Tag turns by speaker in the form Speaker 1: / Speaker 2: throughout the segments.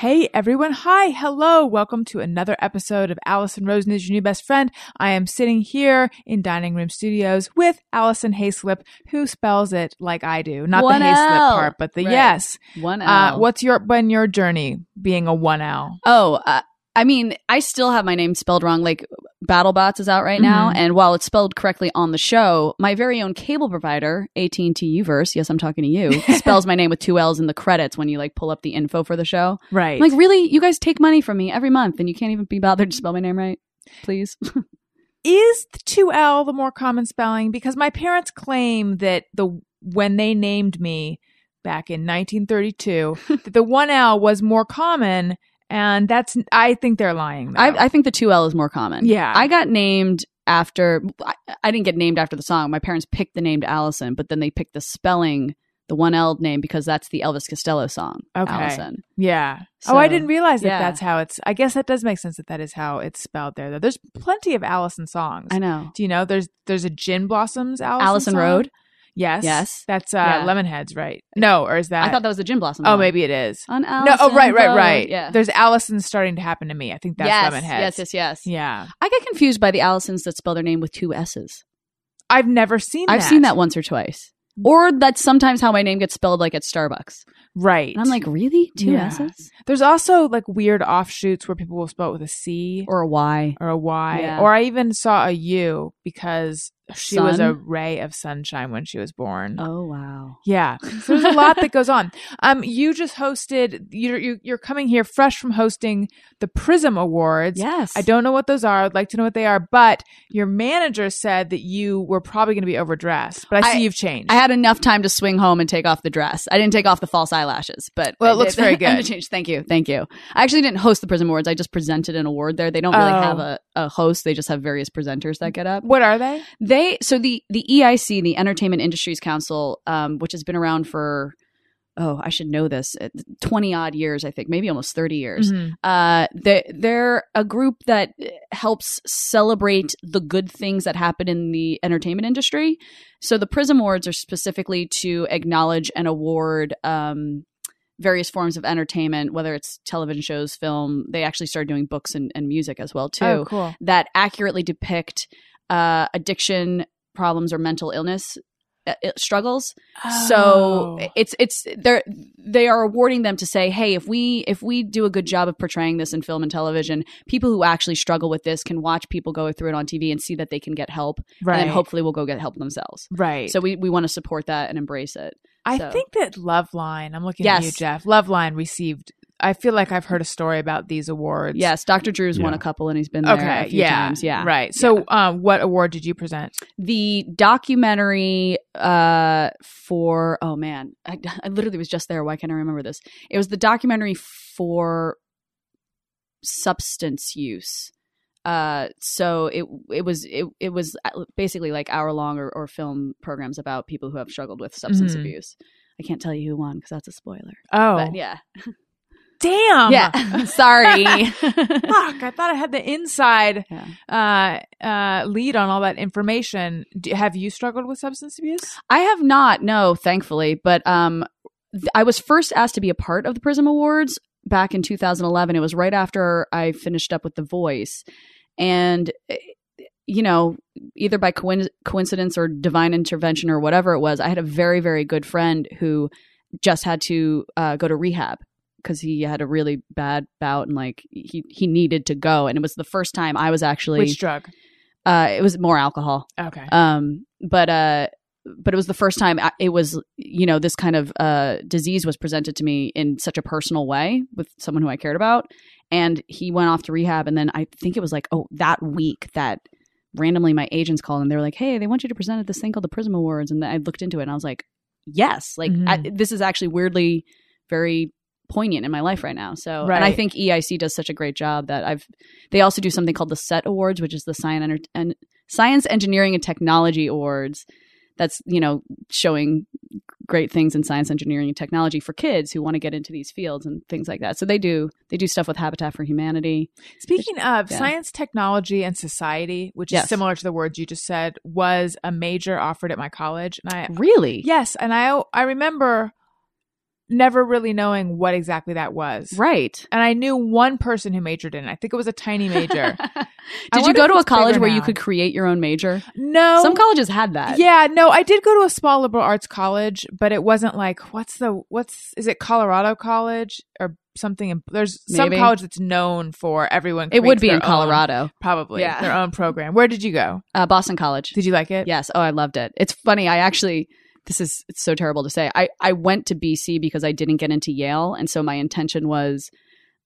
Speaker 1: Hey everyone, hi, hello, welcome to another episode of Allison Rosen is your new best friend. I am sitting here in Dining Room Studios with Allison Hayslip, who spells it like I do. Not
Speaker 2: One
Speaker 1: the Hayslip
Speaker 2: L.
Speaker 1: part, but the
Speaker 2: Right.
Speaker 1: yes.
Speaker 2: One
Speaker 1: Uh,
Speaker 2: L.
Speaker 1: what's your been your journey being a one L?
Speaker 2: Oh, uh, I mean, I still have my name spelled wrong. Like BattleBots is out right now,
Speaker 1: Mhm.
Speaker 2: and while it's spelled correctly on the show, my very own cable provider, AT and T Uverse, yes, I'm talking to you, spells my name with two L's in the credits when you like pull up the info for the show.
Speaker 1: Right.
Speaker 2: I'm like, really? You guys take money from me every month, and you can't even be bothered to spell my name right? Please.
Speaker 1: is the 2L the more common spelling? Because my parents claim that the when they named me back in 1932, that the 1L was more common, and that's I think they're lying. though.
Speaker 2: I, I think the two L is more common.
Speaker 1: Yeah.
Speaker 2: I got named after. I, I didn't get named after the song. My parents picked the name to Allison, but then they picked the spelling, the one L name, because that's the Elvis Costello song.
Speaker 1: Okay.
Speaker 2: Allison.
Speaker 1: yeah. oh, I
Speaker 2: So,
Speaker 1: didn't realize that
Speaker 2: yeah.
Speaker 1: that's how it's. I guess that does make sense that that is how it's spelled there. Though there's plenty of Allison songs.
Speaker 2: I know.
Speaker 1: Do you know there's there's a Gin Blossoms Allison,
Speaker 2: Allison
Speaker 1: song?
Speaker 2: Road.
Speaker 1: Yes.
Speaker 2: Yes.
Speaker 1: That's uh,
Speaker 2: Yeah.
Speaker 1: Lemonheads, right? No, or is that?
Speaker 2: I thought that was the Gin Blossom.
Speaker 1: oh,
Speaker 2: song.
Speaker 1: maybe it is.
Speaker 2: On
Speaker 1: No,
Speaker 2: Allison.
Speaker 1: oh right, right,
Speaker 2: Road.
Speaker 1: right.
Speaker 2: Yeah.
Speaker 1: There's Allison starting to happen to me. I think that's
Speaker 2: yes,
Speaker 1: Lemonheads.
Speaker 2: yes, yes, yes.
Speaker 1: Yeah.
Speaker 2: I get confused by the Allisons that spell their name with two S's.
Speaker 1: I've never seen
Speaker 2: I've
Speaker 1: that.
Speaker 2: seen that once or twice. Or that's sometimes how my name gets spelled, like at Starbucks.
Speaker 1: Right.
Speaker 2: And I'm like, really? Two
Speaker 1: Yeah.
Speaker 2: S's?
Speaker 1: there's also like weird offshoots where people will spell it with a C or,
Speaker 2: Or a Y?
Speaker 1: a Y.
Speaker 2: Yeah.
Speaker 1: Or I even saw a U because she was
Speaker 2: Sun?
Speaker 1: a ray of sunshine when she was born.
Speaker 2: Oh, wow.
Speaker 1: Yeah. So there's a lot that goes on. Um, you just hosted, you're, you, you're coming here fresh from hosting the Prism Awards.
Speaker 2: Yes.
Speaker 1: I don't know what those are. I'd like to know what they are. But your manager said that you were probably going to be overdressed. But I see
Speaker 2: I-
Speaker 1: you've changed.
Speaker 2: I had enough time to swing home and take off the dress. I didn't take off the false eyelashes, but
Speaker 1: Well, it
Speaker 2: I
Speaker 1: looks
Speaker 2: did-
Speaker 1: very
Speaker 2: I had to
Speaker 1: good.
Speaker 2: change. Thank you, thank you. I actually didn't host the Prism Awards. I just presented an award there. They don't really
Speaker 1: Oh.
Speaker 2: have a, a host. They just have various presenters that get up.
Speaker 1: what are they?
Speaker 2: They so the the EIC, the Entertainment Industries Council, um, which has been around for oh, I should know this, twenty odd years, I think, maybe almost thirty years.
Speaker 1: Mhm.
Speaker 2: Uh, they they're a group that helps celebrate the good things that happen in the entertainment industry. So the Prism Awards are specifically to acknowledge and award um, various forms of entertainment, whether it's television shows, film. They actually started doing books and, and music as well too
Speaker 1: Oh, cool.
Speaker 2: that accurately depict uh, addiction problems or mental illness uh, i- struggles so
Speaker 1: Oh.
Speaker 2: it's it's they're they are awarding them to say hey if we if we do a good job of portraying this in film and television people who actually struggle with this can watch people go through it on tv and see that they can get help
Speaker 1: right.
Speaker 2: and then hopefully will go get help themselves
Speaker 1: right.
Speaker 2: so we, we want to support that and embrace it
Speaker 1: I
Speaker 2: so-
Speaker 1: think that Loveline, I'm looking at you,
Speaker 2: Yes.
Speaker 1: Jeff. Loveline received, I feel like I've heard a story about these awards.
Speaker 2: yes dr drew's won
Speaker 3: Yeah.
Speaker 2: a couple and he's been there
Speaker 1: Okay.
Speaker 2: a few
Speaker 1: Yeah.
Speaker 2: times yeah
Speaker 1: Right. So, um, what award did you present?
Speaker 2: the documentary uh for oh man I, I literally was just there why can't i remember this it was the documentary for substance use uh so it it was it, it was uh, basically like hour long or, or film programs about people who have struggled with substance
Speaker 1: Mhm.
Speaker 2: abuse i can't tell you who won because that's a spoiler
Speaker 1: Oh, uh-huh.
Speaker 2: but yeah
Speaker 1: damn.
Speaker 2: yeah sorry
Speaker 1: Fuck, I thought I had the inside
Speaker 2: Yeah.
Speaker 1: uh, uh, lead on all that information. Do, have you struggled with substance abuse?
Speaker 2: I have not, no, thankfully. But um, th- I was first asked to be a part of the Prism Awards back in 2011. It was right after I finished up with The Voice, and eh, you know, either by coin- coincidence or divine intervention or whatever it was, I had a very, very good friend who just had to uh, go to rehab because he had a really bad bout and like he he needed to go, and it was the first time I was actually
Speaker 1: Which drug?
Speaker 2: uh, it was more alcohol
Speaker 1: Okay.
Speaker 2: um but uh but it was the first time I, it was you know this kind of uh disease was presented to me in such a personal way with someone who i cared about and he went off to rehab and then i think it was like oh that week that randomly my agents called and they were like hey they want you to present at this thing called the prism awards and i looked into it and i was like yes like
Speaker 1: Mhm.
Speaker 2: I, this is actually weirdly very poignant in my life right now so and i
Speaker 1: Right.
Speaker 2: think eic does such a great job that i've they also do something called the set awards which is the science Enter- and science engineering and technology awards that's you know showing great things in science engineering and technology for kids who want to get into these fields and things like that so they do they do stuff with habitat for humanity
Speaker 1: Speaking of
Speaker 2: yeah.
Speaker 1: science, technology, and society, which is
Speaker 2: Yes.
Speaker 1: similar to the words you just said, was a major offered at my college, and I
Speaker 2: really
Speaker 1: yes, and I I remember never really knowing what exactly that was.
Speaker 2: Right.
Speaker 1: And I knew one person who majored in it. I think it was a tiny major.
Speaker 2: Did you
Speaker 1: wonder
Speaker 2: go
Speaker 1: if
Speaker 2: to a
Speaker 1: it's bigger
Speaker 2: college where you
Speaker 1: now.
Speaker 2: could create your own major?
Speaker 1: no.
Speaker 2: Some colleges had that.
Speaker 1: Yeah, no, I did go to a small liberal arts college, but it wasn't like what's the what's is it Colorado College or something? In, there's some
Speaker 2: Maybe.
Speaker 1: college that's known for everyone.
Speaker 2: It would
Speaker 1: creates
Speaker 2: be
Speaker 1: their
Speaker 2: in
Speaker 1: own-
Speaker 2: Colorado,
Speaker 1: probably
Speaker 2: Yeah.
Speaker 1: their own program. Where did you go?
Speaker 2: uh, Boston College.
Speaker 1: Did you like it?
Speaker 2: Yes. Oh, I loved it. It's funny. I actually, this is it's so terrible to say. I, I went to BC because I didn't get into Yale. And so my intention was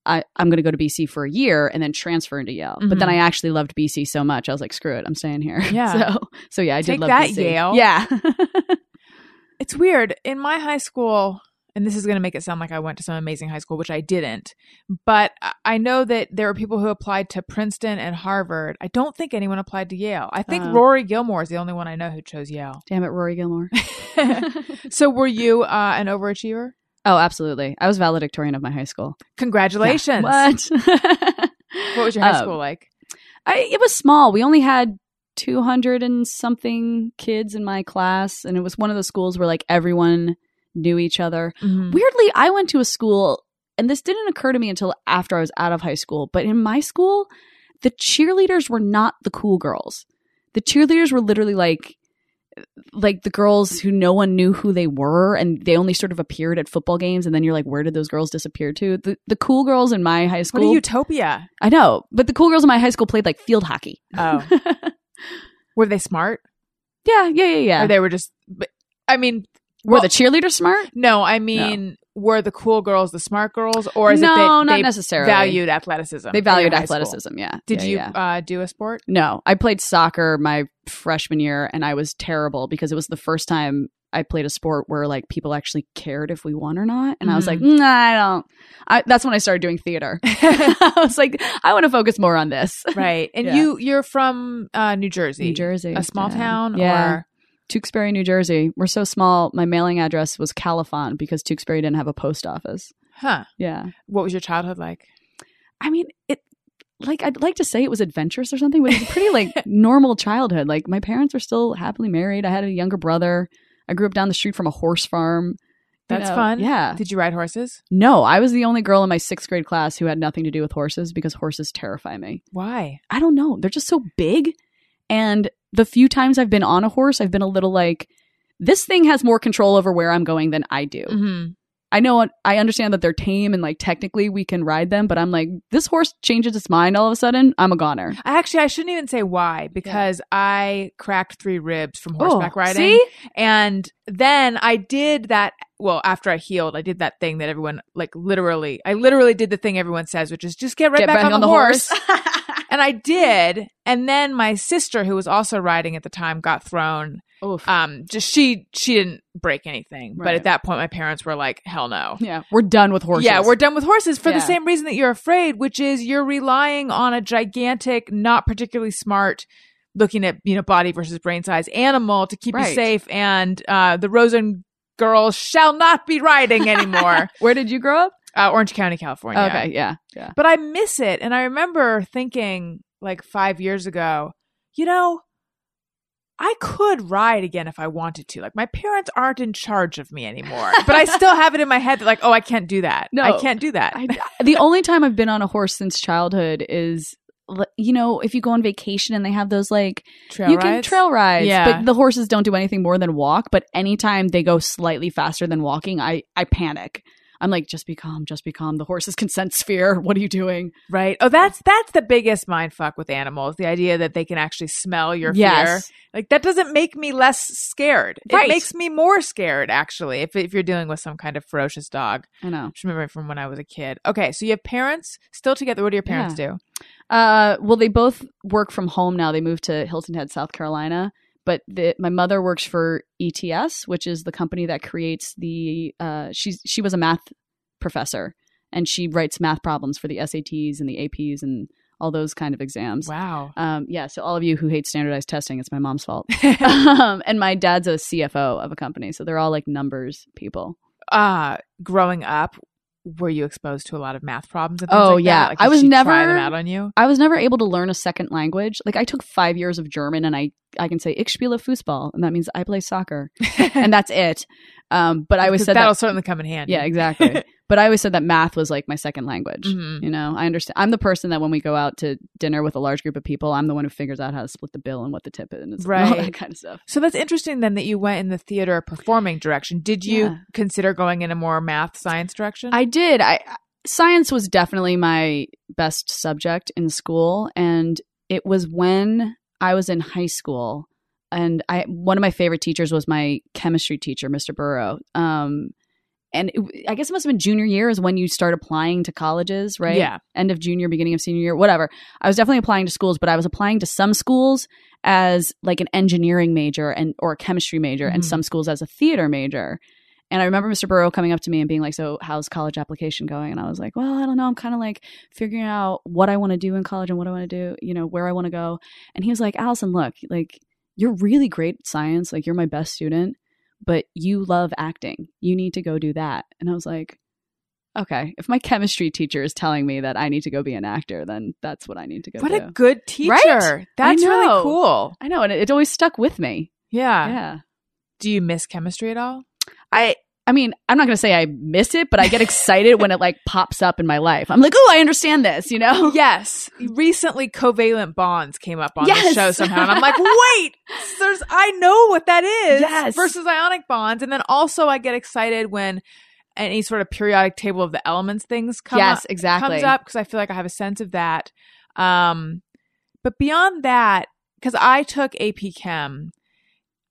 Speaker 2: I, I'm going to go to BC for a year and then transfer into Yale. But then
Speaker 1: Mhm.
Speaker 2: I actually loved BC so much. I was like, screw it. I'm staying here.
Speaker 1: Yeah.
Speaker 2: So, so yeah, I did
Speaker 1: Take
Speaker 2: love
Speaker 1: that,
Speaker 2: BC.
Speaker 1: Yale.
Speaker 2: Yeah.
Speaker 1: It's weird. In my high school, and this is going to make it sound like I went to some amazing high school, which I didn't. But I- I know that there were people who applied to Princeton and Harvard. I don't think anyone applied to Yale. I think
Speaker 2: Oh.
Speaker 1: Rory Gilmore is the only one I know who chose Yale.
Speaker 2: Damn it, Rory Gilmore.
Speaker 1: so were you uh, an overachiever?
Speaker 2: oh, absolutely. I was valedictorian of my high school.
Speaker 1: Congratulations.
Speaker 2: What?
Speaker 1: What was your high
Speaker 2: Um,
Speaker 1: school like?
Speaker 2: I, it was small. We only had 200 and something kids in my class. And it was one of those schools where like everyone knew each other.
Speaker 1: Mm-hmm.
Speaker 2: Weirdly, I went to a school, and this didn't occur to me until after I was out of high school. But in my school, the cheerleaders were not the cool girls. The cheerleaders were literally like, like the girls who no one knew who they were, and they only sort of appeared at football games. And then you're like, where did those girls disappear to? The the cool girls in my high
Speaker 1: What
Speaker 2: school,
Speaker 1: a utopia.
Speaker 2: I know, but the cool girls in my high school played like field hockey.
Speaker 1: Oh.
Speaker 2: yeah,
Speaker 1: Were they smart?
Speaker 2: yeah, yeah, yeah.
Speaker 1: Or they were just but, I mean,
Speaker 2: were the cheerleaders smart?
Speaker 1: no, I mean, were the cool girls the smart girls or is
Speaker 2: no,
Speaker 1: it that
Speaker 2: not
Speaker 1: they
Speaker 2: necessarily.
Speaker 1: valued athleticism?
Speaker 2: They
Speaker 1: in your
Speaker 2: valued
Speaker 1: high
Speaker 2: athleticism.
Speaker 1: school?
Speaker 2: Yeah.
Speaker 1: Did
Speaker 2: Yeah,
Speaker 1: you
Speaker 2: yeah.
Speaker 1: uh, do a sport?
Speaker 2: No, I played soccer my freshman year and I was terrible because it was the first time I played a sport where like people actually cared if we won or not. And I was
Speaker 1: Mhm.
Speaker 2: like, nah, I don't. I, that's when I started doing theater. I was like, I want to focus more on this.
Speaker 1: Right. And
Speaker 2: Yeah.
Speaker 1: you you're from uh, New Jersey.
Speaker 2: New Jersey.
Speaker 1: A small
Speaker 2: yeah.
Speaker 1: town
Speaker 2: Yeah.
Speaker 1: or
Speaker 2: Tewksbury, New Jersey. We're so small. My mailing address was Califon because Tewksbury didn't have a post office.
Speaker 1: huh.
Speaker 2: Yeah.
Speaker 1: What was your childhood like?
Speaker 2: I mean, it like I'd like to say it was adventurous or something, but it was a pretty like normal childhood. Like my parents were still happily married. I had a younger brother. I grew up down the street from a horse farm. You
Speaker 1: That's
Speaker 2: know,
Speaker 1: fun.
Speaker 2: Yeah.
Speaker 1: Did you ride horses?
Speaker 2: No, I was the only girl in my sixth grade class who had nothing to do with horses because horses terrify me.
Speaker 1: Why?
Speaker 2: I don't know. They're just so big. And the few times I've been on a horse, I've been a little like, this thing has more control over where I'm going than I do.
Speaker 1: Mm-hmm.
Speaker 2: I know I understand that they're tame and like technically we can ride them, but I'm like, this horse changes its mind all of a sudden. I'm a goner.
Speaker 1: I Actually, I shouldn't even say why because I cracked three ribs from horseback
Speaker 2: Oh,
Speaker 1: riding.
Speaker 2: See?
Speaker 1: And then I did that. Well, after I healed, I did that thing that everyone like literally. I literally did the thing everyone says, which is just get right
Speaker 2: Get
Speaker 1: back, on, the horse.
Speaker 2: horse.
Speaker 1: and I did. And then my sister, who was also riding at the time, got thrown.
Speaker 2: Oof.
Speaker 1: Um, just she she didn't break anything, but
Speaker 2: Right.
Speaker 1: at that point, my parents were like, "Hell no."
Speaker 2: yeah, we're done with horses.
Speaker 1: Yeah, we're done with horses for
Speaker 2: Yeah.
Speaker 1: the same reason that you're afraid, which is you're relying on a gigantic, not particularly smart, looking at you know body versus brain size animal to keep you
Speaker 2: Right.
Speaker 1: safe. And uh, the Rosen girls shall not be riding anymore.
Speaker 2: Where did you grow up?
Speaker 1: uh, Orange County, California.
Speaker 2: Okay, yeah, yeah.
Speaker 1: but I miss it, and I remember thinking like five years ago, you know. I could ride again if I wanted to. Like my parents aren't in charge of me anymore, but I still have it in my head that like, oh, I can't do that.
Speaker 2: No.
Speaker 1: I can't do that.
Speaker 2: I, the only time I've been on a horse since childhood is, l- you know, if you go on vacation and they have those like
Speaker 1: Trail
Speaker 2: you can
Speaker 1: rides?
Speaker 2: trail rides,
Speaker 1: Yeah.
Speaker 2: but the horses don't do anything more than walk. But anytime they go slightly faster than walking, I I panic. I'm like, just be calm, just be calm. The horse's consent sphere. What are you doing?
Speaker 1: Right. Oh, that's that's the biggest mind fuck with animals. The idea that they can actually smell your fear.
Speaker 2: yes,
Speaker 1: Like that doesn't make me less scared.
Speaker 2: Right.
Speaker 1: It makes me more scared actually if if you're dealing with some kind of ferocious dog.
Speaker 2: I know.
Speaker 1: Just remember from when I was a kid. Okay, so you have parents still together. What do your parents do?
Speaker 2: Uh, well, they both work from home now. They moved to Hilton Head, South Carolina. But the, my mother works for ETS, which is the company that creates the. Uh, she's she was a math professor, and she writes math problems for the SATs and the APs and all those kind of exams.
Speaker 1: Wow.
Speaker 2: Um, yeah, so all of you who hate standardized testing, it's my mom's fault. um, and my dad's a CFO of a company, so they're all like numbers people.
Speaker 1: Uh growing up were you exposed to a lot of math problems? And
Speaker 2: Oh,
Speaker 1: things like
Speaker 2: yeah.
Speaker 1: that? Like,
Speaker 2: I
Speaker 1: did
Speaker 2: was
Speaker 1: she try
Speaker 2: never-
Speaker 1: them out on you.
Speaker 2: I was never able to learn a second language. Like I took five years of German, and I I can say ich spiele Fußball, and that means I play soccer, and that's it. Um, but I always
Speaker 1: 'Cause
Speaker 2: said
Speaker 1: that'll
Speaker 2: that.
Speaker 1: certainly come in handy.
Speaker 2: Yeah, exactly. but I always said that math was like my second language.
Speaker 1: Mhm.
Speaker 2: You know, I understand. I'm the person that when we go out to dinner with a large group of people, I'm the one who figures out how to split the bill and what the tip is, and it's all
Speaker 1: Right.
Speaker 2: that kind of stuff.
Speaker 1: So that's interesting then that you went in the theater performing direction. Did you
Speaker 2: Yeah.
Speaker 1: consider going in a more math science direction?
Speaker 2: I did. I I- science was definitely my best subject in school, and it was when I was in high school. And I one of my favorite teachers was my chemistry teacher, Mr. Burrow. Um, and it, I guess it must have been junior year is when you start applying to colleges, right?
Speaker 1: Yeah.
Speaker 2: End of junior, beginning of senior year, whatever. I was definitely applying to schools, but I was applying to some schools as like an engineering major and or a chemistry major, and
Speaker 1: Mhm.
Speaker 2: some schools as a theater major. And I remember Mr. Burrow coming up to me and being like, "So, how's college application going?" And I was like, "Well, I don't know. I'm kind of like figuring out what I want to do in college and what I want to do, you know, where I want to go." And he was like, "Allison, look, like you're really great at science. Like you're my best student, but you love acting. You need to go do that." And I was like, "Okay, if my chemistry teacher is telling me that I need to go be an actor, then that's what I need to go
Speaker 1: what
Speaker 2: do."
Speaker 1: a good teacher.
Speaker 2: Right?
Speaker 1: That's
Speaker 2: I
Speaker 1: really
Speaker 2: know.
Speaker 1: cool.
Speaker 2: I know, and it, it always stuck with me.
Speaker 1: Yeah.
Speaker 2: yeah.
Speaker 1: Do you miss chemistry at all?
Speaker 2: I I mean, I'm not going to say I miss it, but I get excited when it like pops up in my life. I'm like, "Oh, I understand this," you know?
Speaker 1: Yes. Recently, covalent bonds came up on the
Speaker 2: Yes.
Speaker 1: show somehow, and I'm like, wait, there's I know what that is
Speaker 2: Yes.
Speaker 1: versus ionic bonds, and then also I get excited when any sort of periodic table of the elements things come up,
Speaker 2: yes, exactly.
Speaker 1: comes up because I feel like I have a sense of that. Um, but beyond that, because I took AP Chem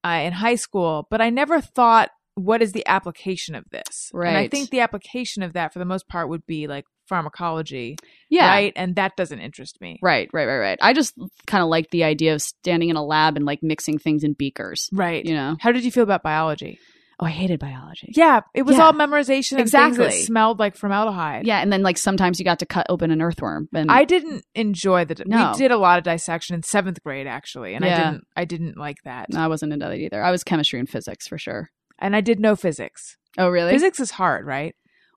Speaker 1: uh, in high school, but I never thought, what is the application of this? And I
Speaker 2: Right.
Speaker 1: think the application of that, for the most part, would be like pharmacology,
Speaker 2: Yeah. Right.
Speaker 1: right? And that doesn't interest me.
Speaker 2: Right, right, right, right. I just kind of like the idea of standing in a lab and like mixing things in beakers,
Speaker 1: Right.
Speaker 2: you know?
Speaker 1: How did you feel about biology?
Speaker 2: Oh, I hated biology.
Speaker 1: Yeah, it was
Speaker 2: Yeah.
Speaker 1: all memorization. Exactly.
Speaker 2: Exactly.
Speaker 1: Things that smelled like formaldehyde.
Speaker 2: Yeah, and then like sometimes you got to cut open an earthworm. And
Speaker 1: I didn't enjoy the.
Speaker 2: No.
Speaker 1: We did a lot of dissection in seventh grade, actually, and I
Speaker 2: Yeah.
Speaker 1: didn't. I didn't like that.
Speaker 2: no, I wasn't into that either. I was chemistry and physics for sure.
Speaker 1: and I did no physics.
Speaker 2: Oh, really?
Speaker 1: Physics is hard, right?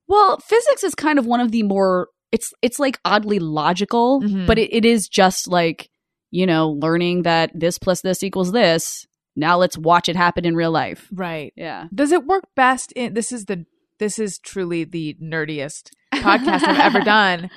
Speaker 2: Well, physics is kind of one of the more it's it's like oddly logical,
Speaker 1: Mhm.
Speaker 2: but it, it is just like, you know, learning that this plus this equals this. Now let's watch it happen in real life.
Speaker 1: Right.
Speaker 2: Yeah.
Speaker 1: Does it work best in this is the this is truly the nerdiest podcast I've ever done.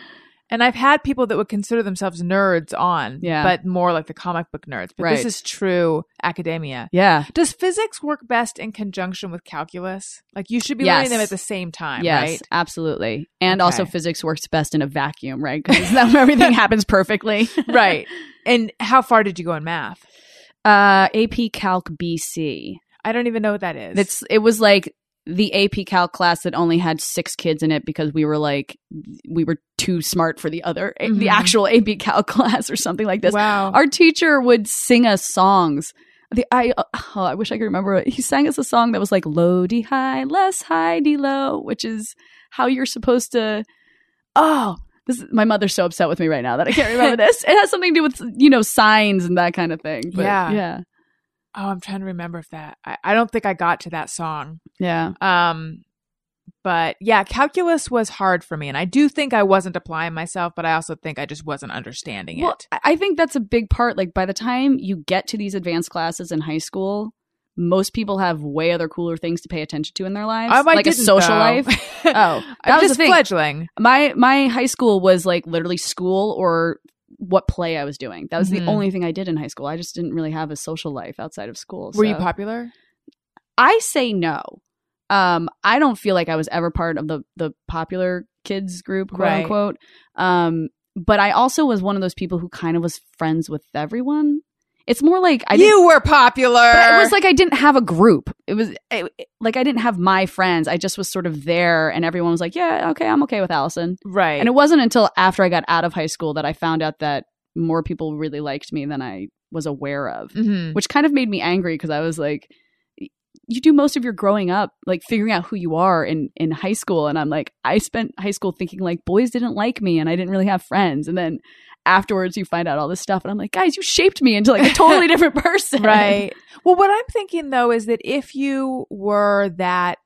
Speaker 1: And I've had people that would consider themselves nerds on,
Speaker 2: Yeah.
Speaker 1: but more like the comic book nerds. But this
Speaker 2: Right.
Speaker 1: is true academia.
Speaker 2: Yeah.
Speaker 1: Does physics work best in conjunction with calculus? Like you should be learning them
Speaker 2: Yes.
Speaker 1: at the same time,
Speaker 2: yes,
Speaker 1: right?
Speaker 2: absolutely. And also,
Speaker 1: Okay.
Speaker 2: physics works best in a vacuum, right? Because everything happens perfectly.
Speaker 1: right. And how far did you go in math?
Speaker 2: Uh, AP Calc BC.
Speaker 1: I don't even know what that is.
Speaker 2: It's it was like the AP Calc class that only had six kids in it because we were like we were too smart for the other eh,
Speaker 1: Mhm.
Speaker 2: the actual AP Calc class or something like this.
Speaker 1: wow.
Speaker 2: Our teacher would sing us songs. The, I oh, I wish I could remember it. He sang us a song that was like low D high, less high D low, which is how you're supposed to. Oh, this is, my mother's so upset with me right now that I can't remember this. It has something to do with you know signs and that kind of thing. But,
Speaker 1: Yeah.
Speaker 2: yeah,
Speaker 1: oh, I'm trying to remember if that. I, I don't think I got to that song.
Speaker 2: yeah.
Speaker 1: Um, but yeah, calculus was hard for me, and I do think I wasn't applying myself, but I also think I just wasn't understanding
Speaker 2: Well,
Speaker 1: it.
Speaker 2: I- I think that's a big part. Like by the time you get to these advanced classes in high school, most people have way other cooler things to pay attention to in their lives,
Speaker 1: Um, I
Speaker 2: like
Speaker 1: didn't,
Speaker 2: a social
Speaker 1: though.
Speaker 2: life. Oh, that
Speaker 1: I'm
Speaker 2: was the
Speaker 1: just
Speaker 2: thing.
Speaker 1: fledgling.
Speaker 2: my my high school was like literally school or what play I was doing. That was
Speaker 1: Mhm.
Speaker 2: the only thing I did in high school. I just didn't really have a social life outside of school.
Speaker 1: Were you
Speaker 2: so-
Speaker 1: popular?
Speaker 2: I say no. Um, I don't feel like I was ever part of the the popular kids group, quote
Speaker 1: Right.
Speaker 2: unquote. Um, but I also was one of those people who kind of was friends with everyone. It's more like I didn't.
Speaker 1: you were popular.
Speaker 2: But it was like I didn't have a group. It was it, it- like I didn't have my friends. I just was sort of there, and everyone was like, "Yeah, okay, I'm okay with Allison."
Speaker 1: right.
Speaker 2: And it wasn't until after I got out of high school that I found out that more people really liked me than I was aware of,
Speaker 1: Mhm.
Speaker 2: which kind of made me angry because I was like, you do most of your growing up, like figuring out who you are in, in high school. And I'm like, I spent high school thinking like boys didn't like me and I didn't really have friends. And then afterwards you find out all this stuff and I'm like, guys, you shaped me into like a totally different person.
Speaker 1: Right. Well, what I'm thinking though is that if you were that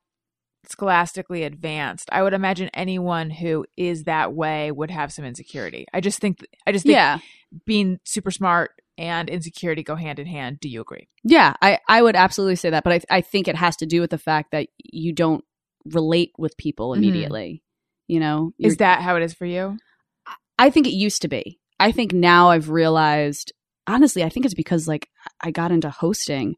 Speaker 1: scholastically advanced, I would imagine anyone who is that way would have some insecurity. I just think I just think
Speaker 2: yeah.
Speaker 1: being super smart and insecurity go hand in hand. Do you agree?
Speaker 2: Yeah, I, I would absolutely say that, but I, I think it has to do with the fact that you don't relate with people
Speaker 1: Mhm.
Speaker 2: immediately. You know,
Speaker 1: is that how it is for you?
Speaker 2: I think it used to be. I think now I've realized, honestly, I think it's because like I got into hosting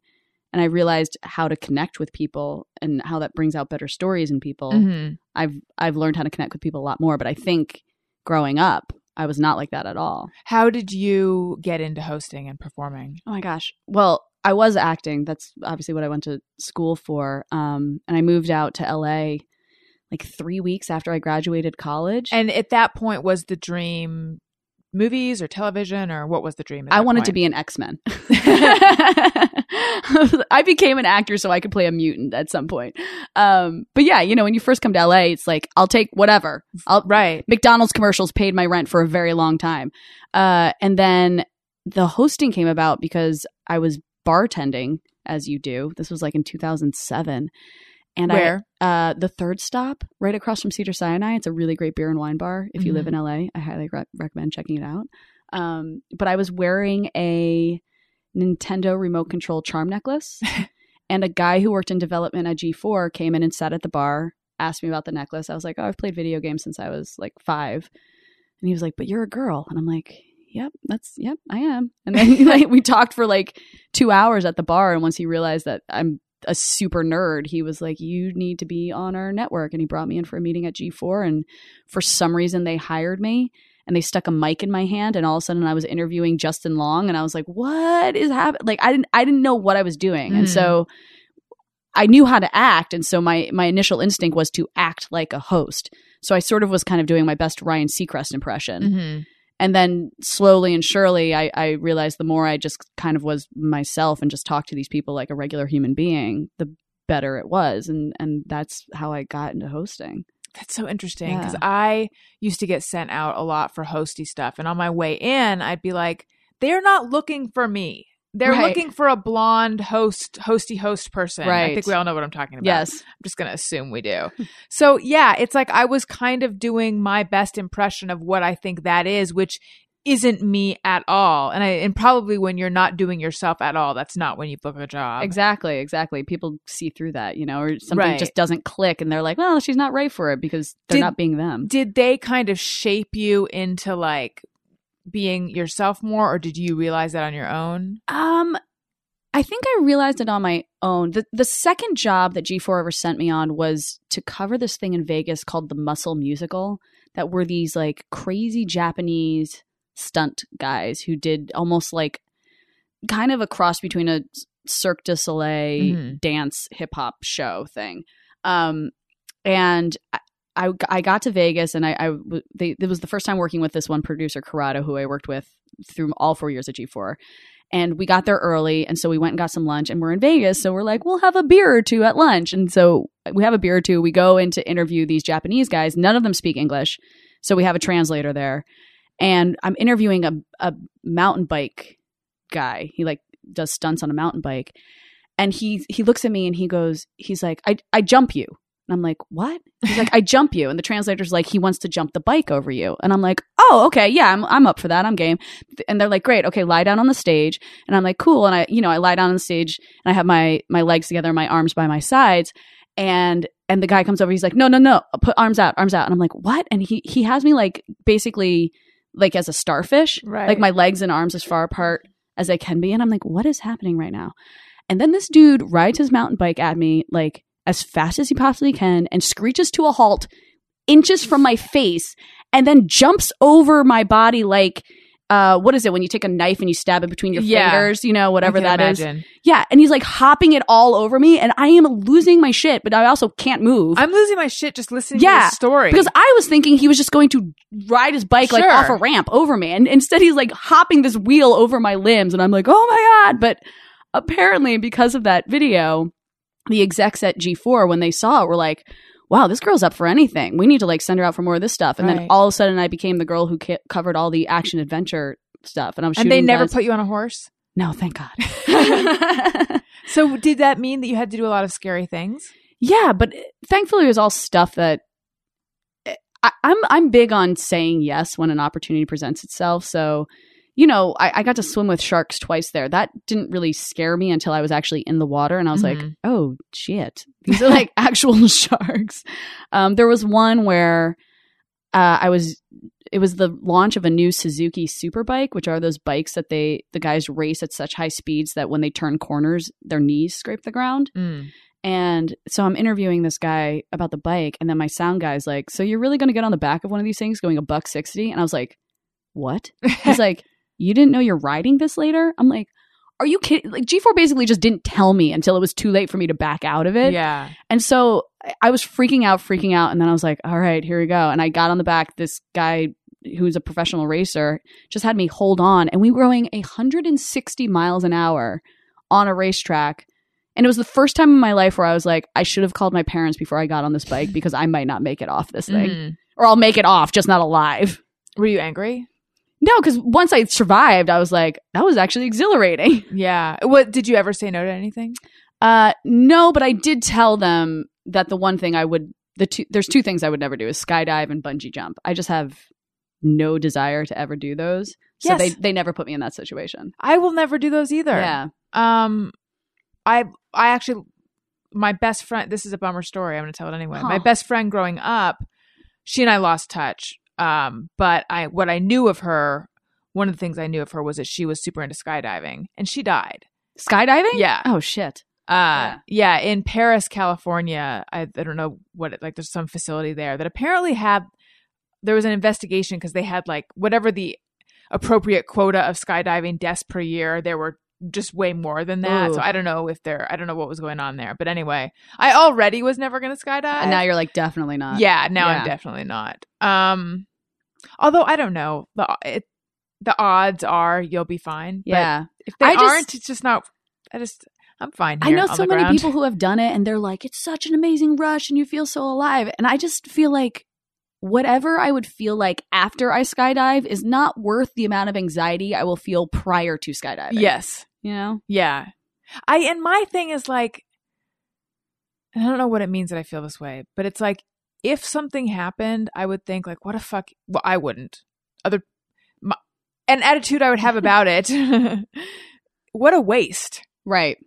Speaker 2: and I realized how to connect with people and how that brings out better stories in people.
Speaker 1: Mhm.
Speaker 2: I've I've learned how to connect with people a lot more, but I think growing up, I was not like that at all.
Speaker 1: How did you get into hosting and performing?
Speaker 2: Oh my gosh. Well, I was acting. That's obviously what I went to school for. Um, and I moved out to LA like three weeks after I graduated college.
Speaker 1: And at that point, was the dream movies or television or what was the dream? at
Speaker 2: I
Speaker 1: that
Speaker 2: wanted
Speaker 1: point?
Speaker 2: to be an X Men. I became an actor so I could play a mutant at some point. Um, but yeah, you know, when you first come to LA, it's like I'll take whatever. I'll,
Speaker 1: right.
Speaker 2: McDonald's commercials paid my rent for a very long time. Uh, and then the hosting came about because I was bartending, as you do. This was like in 2007. And I,
Speaker 1: Where?
Speaker 2: uh, the third stop, right across from Cedar Sinai. It's a really great beer and wine bar. If you live
Speaker 1: Mhm.
Speaker 2: in LA, I highly re- recommend checking it out. Um, but I was wearing a Nintendo remote control charm necklace, and a guy who worked in development at G4 came in and sat at the bar, asked me about the necklace. I was like, "Oh, I've played video games since I was like five. and he was like, "But you're a girl," and I'm like. Yep, that's yep, I am. And then like, we talked for like two hours at the bar, and once he realized that I'm a super nerd, he was like, "You need to be on our network," and he brought me in for a meeting at G4. And for some reason, they hired me, and they stuck a mic in my hand, and all of a sudden, I was interviewing Justin Long, and I was like, "What is happening?" Like, I didn't, I didn't know what I was doing, and
Speaker 1: Mm.
Speaker 2: so I knew how to act, and so my my initial instinct was to act like a host. So I sort of was kind of doing my best Ryan Seacrest impression,
Speaker 1: Mhm.
Speaker 2: and then slowly and surely I, I realized the more i just kind of was myself and just talked to these people like a regular human being the better it was and and that's how i got into hosting
Speaker 1: That's so interesting because
Speaker 2: Yeah.
Speaker 1: I used to get sent out a lot for hosty stuff. And on my way in, I'd be like, they're not looking for me. They're
Speaker 2: Right.
Speaker 1: looking for a blonde host, hosty host person. I
Speaker 2: Right.
Speaker 1: think we all know what I'm talking about.
Speaker 2: yes
Speaker 1: I'm just going to assume we do. so, yeah, it's like I was kind of doing my best impression of what I think that is, which isn't me at all. And I, and probably when you're not doing yourself at all, that's not when you book a job.
Speaker 2: exactly exactly people see through that you know or something
Speaker 1: Right.
Speaker 2: just doesn't click and they're like well she's not right for it because they're
Speaker 1: Did-
Speaker 2: not being them
Speaker 1: did they kind of shape you into like being yourself more or did you realize that on your own
Speaker 2: Um, I think I realized it on my own. The the second job that G4 ever sent me on was to cover this thing in Vegas called the Muscle Musical that were these like crazy Japanese stunt guys who did almost like kind of a cross between a Cirque du Soleil
Speaker 1: Mhm.
Speaker 2: dance hip hop show thing. Um, and I, I, I got to Vegas and I, I w- they, it was the first time working with this one producer, Corrado, who I worked with through all four years at G4. And we got there early. And so we went and got some lunch and we're in Vegas. So we're like, we'll have a beer or two at lunch. And so we have a beer or two. We go in to interview these Japanese guys. None of them speak English. So we have a translator there. And I'm interviewing a, a mountain bike guy. He like does stunts on a mountain bike. And he he looks at me and he goes, he's like, I, I jump you. And I'm like, what? He's like, I jump you. And the translator's like, he wants to jump the bike over you. And I'm like, oh, okay. Yeah, I'm, I'm up for that. I'm game. And they're like, great. Okay, lie down on the stage. And I'm like, cool. And I, you know, I lie down on the stage and I have my, my legs together, my arms by my sides. And, and the guy comes over. He's like, no, no, no. Put arms out, arms out. And I'm like, what? And he, he has me like basically like as a starfish
Speaker 1: right
Speaker 2: like my legs and arms as far apart as I can be. And I'm like, what is happening right now? And then this dude rides his mountain bike at me like as fast as he possibly can and screeches to a halt inches from my face and then jumps over my body like uh what is it when you take a knife and you stab it between your
Speaker 1: Yeah.
Speaker 2: fingers, you know, whatever that is.
Speaker 1: imagine.
Speaker 2: Yeah, and he's like hopping it all over me and I am losing my shit, but I also can't move.
Speaker 1: i'm losing my shit just listening to
Speaker 2: Yeah,
Speaker 1: this story
Speaker 2: because I was thinking he was just going to ride his bike like
Speaker 1: Sure.
Speaker 2: off a ramp over me, and instead he's like hopping this wheel over my limbs, and I'm like, oh my god! But apparently, because of that video, the execs at G4 when they saw it were like, wow, this girl's up for anything. We need to like send her out for more of this stuff. And
Speaker 1: Right.
Speaker 2: then all of a sudden, I became the girl who ca- covered all the action adventure stuff, and I'm
Speaker 1: and
Speaker 2: shooting
Speaker 1: they never
Speaker 2: guns-
Speaker 1: put you on a horse
Speaker 2: no, thank God.
Speaker 1: so did that mean that you had to do a lot of scary things
Speaker 2: Yeah, but eh, thankfully it was all stuff that eh, I, I'm I'm big on saying yes when an opportunity presents itself. So, you know, I, I got to swim with sharks twice there. That didn't really scare me until I was actually in the water and I was like,
Speaker 1: Mhm.
Speaker 2: oh shit. These are like actual sharks. Um, there was one where uh, I was it was the launch of a new Suzuki Superbike, which are those bikes that they the guys race at such high speeds that when they turn corners, their knees scrape the ground.
Speaker 1: Mm.
Speaker 2: And so I'm interviewing this guy about the bike, and then my sound guy's like, "So you're really going to get on the back of one of these things going a buck 60?" And I was like, "What?" He's like, "You didn't know you're riding this later?" I'm like, "Are you kidding?" Like G4 basically just didn't tell me until it was too late for me to back out of it.
Speaker 1: yeah.
Speaker 2: And so I- I was freaking out, freaking out. And then I was like, all right, here we go. And I got on the back. This guy who's a professional racer just had me hold on. And we were going 160 miles an hour on a racetrack. And it was the first time in my life where I was like, I should have called my parents before I got on this bike because I might not make it off this thing.
Speaker 1: Mhm.
Speaker 2: Or I'll make it off, just not alive.
Speaker 1: Were you angry?
Speaker 2: No, because once I survived, I was like, that was actually exhilarating.
Speaker 1: Yeah. What did you ever say no to anything?
Speaker 2: Uh, no, but I did tell them that the one thing I would the two there's two things I would never do is skydive and bungee jump. I just have no desire to ever do those. So
Speaker 1: Yes.
Speaker 2: they they never put me in that situation.
Speaker 1: I will never do those either.
Speaker 2: Yeah.
Speaker 1: Um, I I actually my best friend. This is a bummer story. I'm going to tell it anyway. My
Speaker 2: Huh.
Speaker 1: best friend growing up, she and I lost touch. Um, but I what I knew of her, one of the things I knew of her was that she was super into skydiving, and she died.
Speaker 2: Skydiving?
Speaker 1: Yeah.
Speaker 2: Oh shit.
Speaker 1: Uh, yeah. in Paris, California, I, I don't know what it, like. There's some facility there that apparently had. There was an investigation because they had like whatever the appropriate quota of skydiving deaths per year. There were just way more than that. So
Speaker 2: Ooh.
Speaker 1: I don't know if there. I don't know what was going on there. But anyway, I already was never going to skydive.
Speaker 2: And now you're like definitely not.
Speaker 1: yeah. Now I'm
Speaker 2: Uh, yeah.
Speaker 1: definitely not. Um, although I don't know the it, the odds are you'll be fine.
Speaker 2: Yeah.
Speaker 1: But if they
Speaker 2: I just-
Speaker 1: aren't, it's just not. I just. I'm fine.
Speaker 2: I
Speaker 1: here
Speaker 2: know
Speaker 1: on
Speaker 2: so
Speaker 1: the
Speaker 2: many
Speaker 1: ground.
Speaker 2: people who have done it and they're like, it's such an amazing rush and you feel so alive. And I just feel like whatever I would feel like after I skydive is not worth the amount of anxiety I will feel prior to skydiving.
Speaker 1: Yes.
Speaker 2: You know?
Speaker 1: Yeah. I and my thing is like and I don't know what it means that I feel this way, but it's like if something happened, I would think like what a fuck well I wouldn't. Other my, an attitude I would have about it. what a waste.
Speaker 2: Right.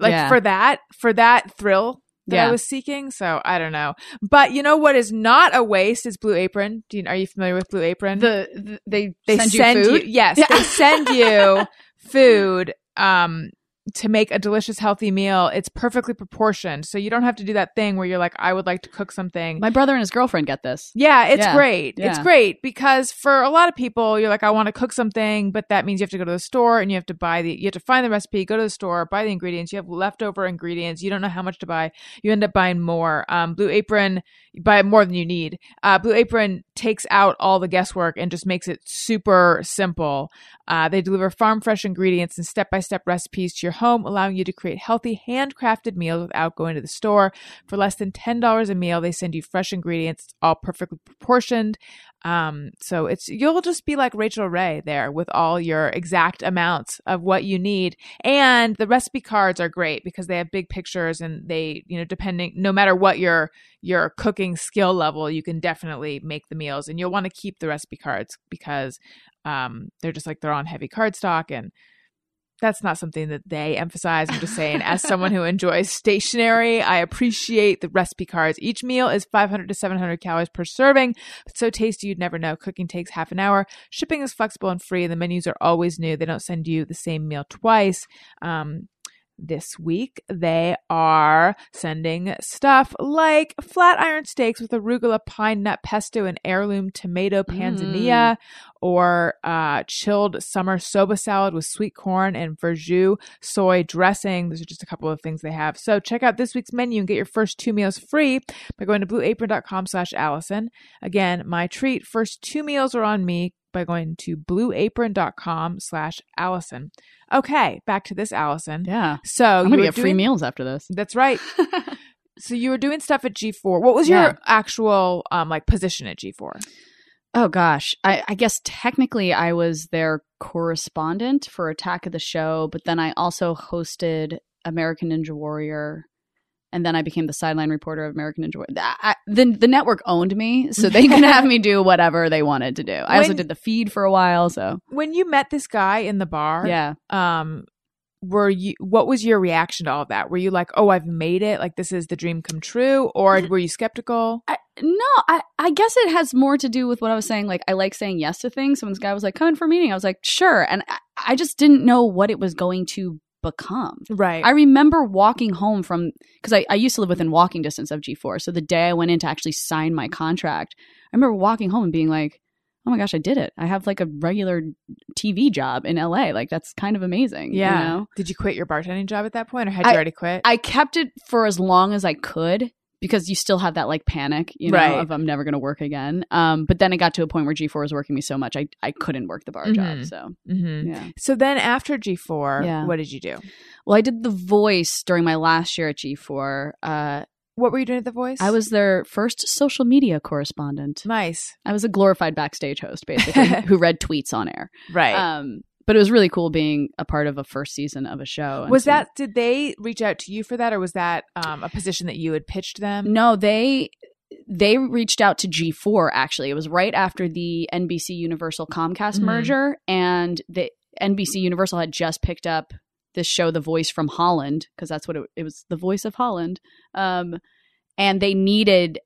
Speaker 1: Like
Speaker 2: Yeah.
Speaker 1: for that for that thrill that I
Speaker 2: Yeah.
Speaker 1: was seeking, so I don't know. But you know what is not a waste is Blue Apron. Do you, are you familiar with Blue Apron?
Speaker 2: the, the they
Speaker 1: they
Speaker 2: send,
Speaker 1: send,
Speaker 2: you food.
Speaker 1: yes
Speaker 2: Yeah.
Speaker 1: they send you food um to make a delicious healthy meal it's perfectly proportioned so you don't have to do that thing where you're like i would like to cook something
Speaker 2: My brother and his girlfriend get this.
Speaker 1: yeah it's
Speaker 2: Yeah.
Speaker 1: great it's
Speaker 2: Yeah.
Speaker 1: great because for a lot of people you're like i want to cook something but that means you have to go to the store and you have to buy the you have to find the recipe go to the store buy the ingredients you have leftover ingredients you don't know how much to buy you end up buying more um, blue apron you buy more than you need uh, blue apron takes out all the guesswork and just makes it super simple uh, they deliver farm fresh ingredients and step-by-step recipes to your home allowing you to create healthy handcrafted meals without going to the store for less than $10 a meal they send you fresh ingredients it's all perfectly proportioned um, so it's you'll just be like rachel ray there with all your exact amounts of what you need and the recipe cards are great because they have big pictures and they you know depending no matter what your your cooking skill level you can definitely make the meals and you'll want to keep the recipe cards because um, they're just like they're on heavy cardstock and that's not something that they emphasize. I'm just saying, as someone who enjoys stationery, I appreciate the recipe cards. Each meal is 500 to 700 calories per serving. It's so tasty you'd never know. Cooking takes half an hour. Shipping is flexible and free. The menus are always new. They don't send you the same meal twice. Um, this week, they are sending stuff like flat iron steaks with arugula, pine nut pesto, and heirloom tomato panzania, or uh, chilled summer soba salad with sweet corn and verjus soy dressing. Those are just a couple of things they have. So check out this week's menu and get your first two meals free by going to blueapron.com slash Allison. Again, my treat, first two meals are on me by going to blueapron.com slash Allison. Okay, back to this Allison.
Speaker 2: Yeah.
Speaker 1: So
Speaker 2: I'm
Speaker 1: Oh, you
Speaker 2: gonna
Speaker 1: were
Speaker 2: get free
Speaker 1: doing-
Speaker 2: meals after this.
Speaker 1: That's right. so you were doing stuff at G4. What was
Speaker 2: Yeah.
Speaker 1: your actual um like position at G4?
Speaker 2: oh gosh. I, I guess technically I was their correspondent for Attack of the Show, but then I also hosted American Ninja Warrior and then I became the sideline reporter of American Enjoy. Th- I, the the network owned me, so they could have me do whatever they wanted to do. I also
Speaker 1: When-
Speaker 2: did the feed for a while, so
Speaker 1: When you met this guy in the bar,
Speaker 2: yeah.
Speaker 1: um, were you? What was your reaction to all of that? Were you like, "Oh, I've made it! Like this is the dream come true," or
Speaker 2: Mm-hmm.
Speaker 1: were you skeptical?
Speaker 2: I, no, I, I guess it has more to do with what I was saying. Like, I like saying yes to things. So when this guy was like, come in for a meeting, I was like, sure. And I, I just didn't know what it was going to become.
Speaker 1: Right.
Speaker 2: I remember walking home from because I, I used to live within walking distance of G4. So the day I went in to actually sign my contract, I remember walking home and being like, oh my gosh, I did it. I have like a regular TV job in LA. Like, that's kind of amazing. you
Speaker 1: yeah.
Speaker 2: know?
Speaker 1: Did you quit your bartending job at that point, or had you
Speaker 2: I-
Speaker 1: already quit?
Speaker 2: I kept it for as long as I could because you still have that like panic, you know,
Speaker 1: Right.
Speaker 2: of I'm never going to work again. Um, but then it got to a point where G4 was working me so much, I I couldn't work the bar job.
Speaker 1: Mhm.
Speaker 2: So
Speaker 1: mm-hmm.
Speaker 2: yeah.
Speaker 1: So then, after G four,
Speaker 2: Yeah.
Speaker 1: what did you do?
Speaker 2: Well, I did The Voice during my last year at G4. Uh,
Speaker 1: What were you doing at the Voice?
Speaker 2: I was their first social media correspondent.
Speaker 1: nice,
Speaker 2: I was a glorified backstage host, basically, who read tweets on air.
Speaker 1: right?
Speaker 2: Um, but it was really cool being a part of a first season of a show. and
Speaker 1: was
Speaker 2: seeing-
Speaker 1: that? Did they reach out to you for that, or was that um, a position that you had pitched them?
Speaker 2: No, they they reached out to G4 actually. It was right after the NBC Universal Comcast
Speaker 1: Mhm.
Speaker 2: merger and the NBC Universal had just picked up this show The Voice from Holland because that's what it, it was The Voice of Holland. Um and they needed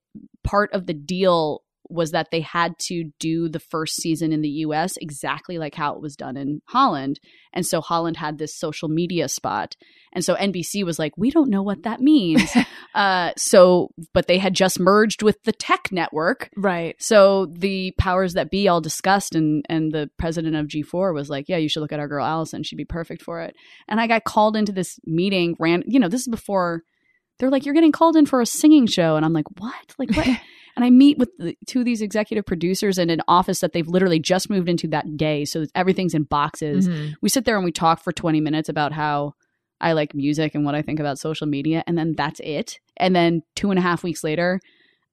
Speaker 2: part of the deal was that they had to do the first season in the US exactly like how it was done in Holland. And so Holland had this social media spot. And so NBC was like, we don't know what that means. Uh, so, but they had just merged with the tech network.
Speaker 1: Right.
Speaker 2: So the powers that be all discussed, and and the president of G4 was like, "Yeah, you should look at our girl Allison. She'd be perfect for it." And I got called into this meeting. Ran, you know, this is before they're like, "You're getting called in for a singing show," and I'm like, "What? Like what?" and I meet with the, two of these executive producers in an office that they've literally just moved into that day. So everything's in boxes
Speaker 1: Mhm.
Speaker 2: we sit there and we talk for 20 minutes about how I like music and what I think about social media, and then that's it. And then two and a half weeks later,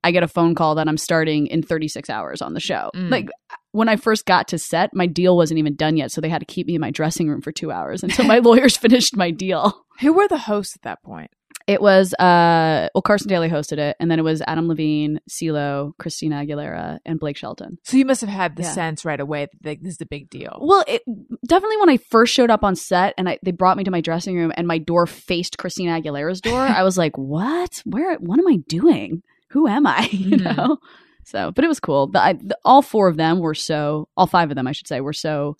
Speaker 2: I get a phone call that I'm starting in 36 hours on the show.
Speaker 1: Mm.
Speaker 2: Like when I first got to set, my deal wasn't even done yet. So they had to keep me in my dressing room for two hours until my lawyers finished my deal.
Speaker 1: Who were the hosts at that point?
Speaker 2: It was, uh, well, Carson Daly hosted it. And then it was Adam Levine, CeeLo, Christina Aguilera, and Blake Shelton.
Speaker 1: So you must have had the
Speaker 2: Yeah.
Speaker 1: sense right away that like, this is a big deal.
Speaker 2: Well, it, definitely when I first showed up on set and I, they brought me to my dressing room and my door faced Christina Aguilera's door, I was like, "What? Where? What am I doing? Who am I?" You
Speaker 1: Mhm.
Speaker 2: know. So, but it was cool. The, I, the, all four of them were so. All five of them, I should say, were so.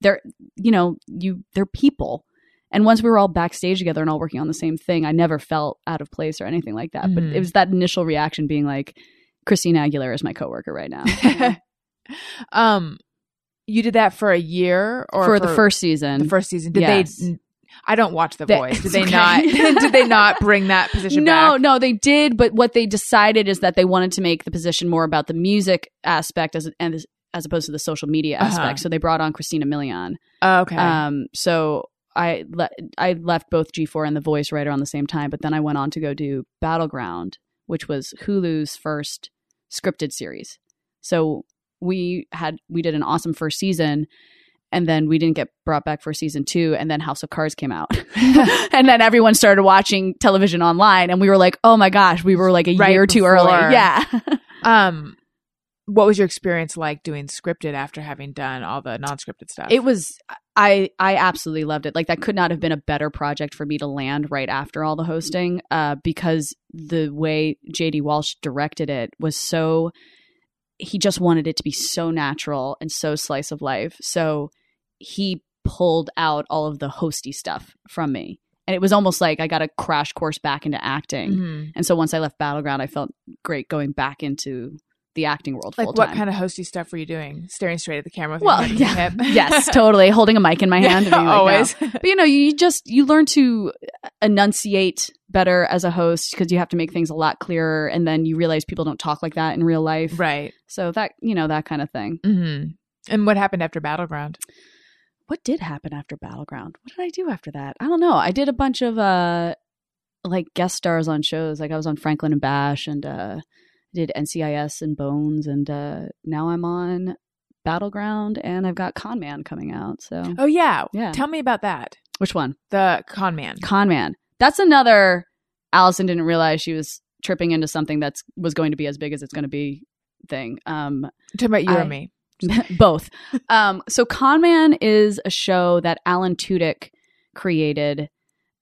Speaker 2: They're you know you they're people. And once we were all backstage together and all working on the same thing, I never felt out of place or anything like that. But
Speaker 1: Mhm.
Speaker 2: it was that initial reaction being like, Christina Aguilera is my coworker right now. you know?
Speaker 1: um, you did that for a year or
Speaker 2: for, the first season.
Speaker 1: the first season. Did
Speaker 2: Yes.
Speaker 1: they? I don't watch The
Speaker 2: They-
Speaker 1: Voice. Did
Speaker 2: it's
Speaker 1: they
Speaker 2: okay.
Speaker 1: not? did they not bring that position
Speaker 2: no
Speaker 1: back?
Speaker 2: no they did but what they decided is that they wanted to make the position more about the music aspect as and as- as opposed to the social media
Speaker 1: Uh-huh.
Speaker 2: aspect so they brought on christina milian
Speaker 1: Oh, okay.
Speaker 2: um so i le- i left both g4 and the voice right around the same time but then i went on to go do battleground which was hulu's first scripted series so we had we did an awesome first season and then we didn't get brought back for season two and then house of cards came out and then everyone started watching television online and we were like oh my gosh we were like a
Speaker 1: Right
Speaker 2: year too
Speaker 1: before.
Speaker 2: early yeah
Speaker 1: um, what was your experience like doing scripted after having done all the non-scripted stuff?
Speaker 2: it was i i absolutely loved it like that could not have been a better project for me to land right after all the hosting uh because the way jd walsh directed it was so he just wanted it to be so natural and so slice of life so he pulled out all of the hosty stuff from me and it was almost like i got a crash course back into acting
Speaker 1: Mhm.
Speaker 2: and so once i left battleground i felt great going back into the acting world
Speaker 1: like
Speaker 2: full
Speaker 1: what
Speaker 2: time.
Speaker 1: kind of hosty stuff were you doing? Staring straight at the camera. With
Speaker 2: Well,
Speaker 1: your
Speaker 2: yeah.
Speaker 1: hip?
Speaker 2: yes totally holding a mic in my hand and being like, "No."
Speaker 1: always.
Speaker 2: but you know you just you learn to uh, enunciate better as a host because you have to make things a lot clearer and then you realize people don't talk like that in real life
Speaker 1: Right.
Speaker 2: so that you know that kind of thing
Speaker 1: hmm And what happened after Battleground?
Speaker 2: what did happen after battleground what did i do after that i don't know i did a bunch of uh like guest stars on shows like i was on franklin and bash and uh did ncis and bones and uh now i'm on battleground and i've got con man coming out so
Speaker 1: Oh yeah.
Speaker 2: Yeah.
Speaker 1: Tell me about that.
Speaker 2: which one
Speaker 1: The con man.
Speaker 2: Con Man. That's another Allison didn't realize she was tripping into something that's was going to be as big as it's going to be thing. Um,
Speaker 1: Talking about you
Speaker 2: I-
Speaker 1: or me.
Speaker 2: both. Um, so Con Man is a show that Alan Tudyk created,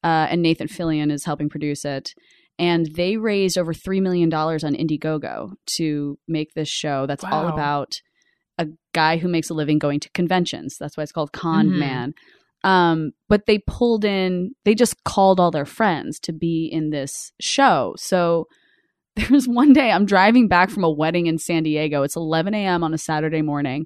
Speaker 2: uh, and Nathan Fillion is helping produce it. And they raised over three million dollars on Indiegogo to make this show. That's all
Speaker 1: Wow.
Speaker 2: about a guy who makes a living going to conventions. That's why it's called Con
Speaker 1: Mhm.
Speaker 2: Man. Um, but they pulled in. They just called all their friends to be in this show. So there was one day I'm driving back from a wedding in San Diego. It's 11 a.m. on a Saturday morning,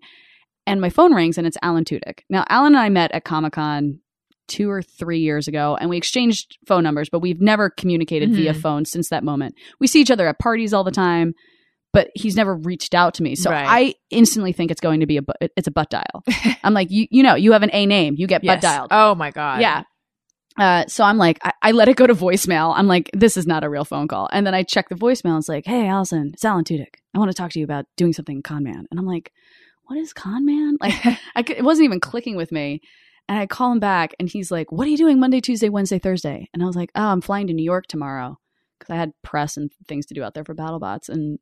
Speaker 2: and my phone rings, and it's Alan Tudyk. Now, Alan and I met at Comic Con two or three years ago, and we exchanged phone numbers, but we've never communicated via
Speaker 1: Mhm.
Speaker 2: phone since that moment. We see each other at parties all the time, but he's never reached out to me. So
Speaker 1: Right.
Speaker 2: I instantly think it's going to be a bu- it's a butt dial. I'm like, you you know, you have an A name, you get butt
Speaker 1: Yes.
Speaker 2: dialed.
Speaker 1: Oh my god.
Speaker 2: Yeah. Uh, so I'm like, I, I let it go to voicemail. I'm like, this is not a real phone call. And then I check the voicemail. And it's like, hey, Allison, it's Alan Tudyk. I want to talk to you about doing something in Con Man. And I'm like, what is Con Man? Like, I c- it wasn't even clicking with me. And I call him back, and he's like, what are you doing Monday, Tuesday, Wednesday, Thursday? And I was like, oh, I'm flying to New York tomorrow because I had press and things to do out there for BattleBots. And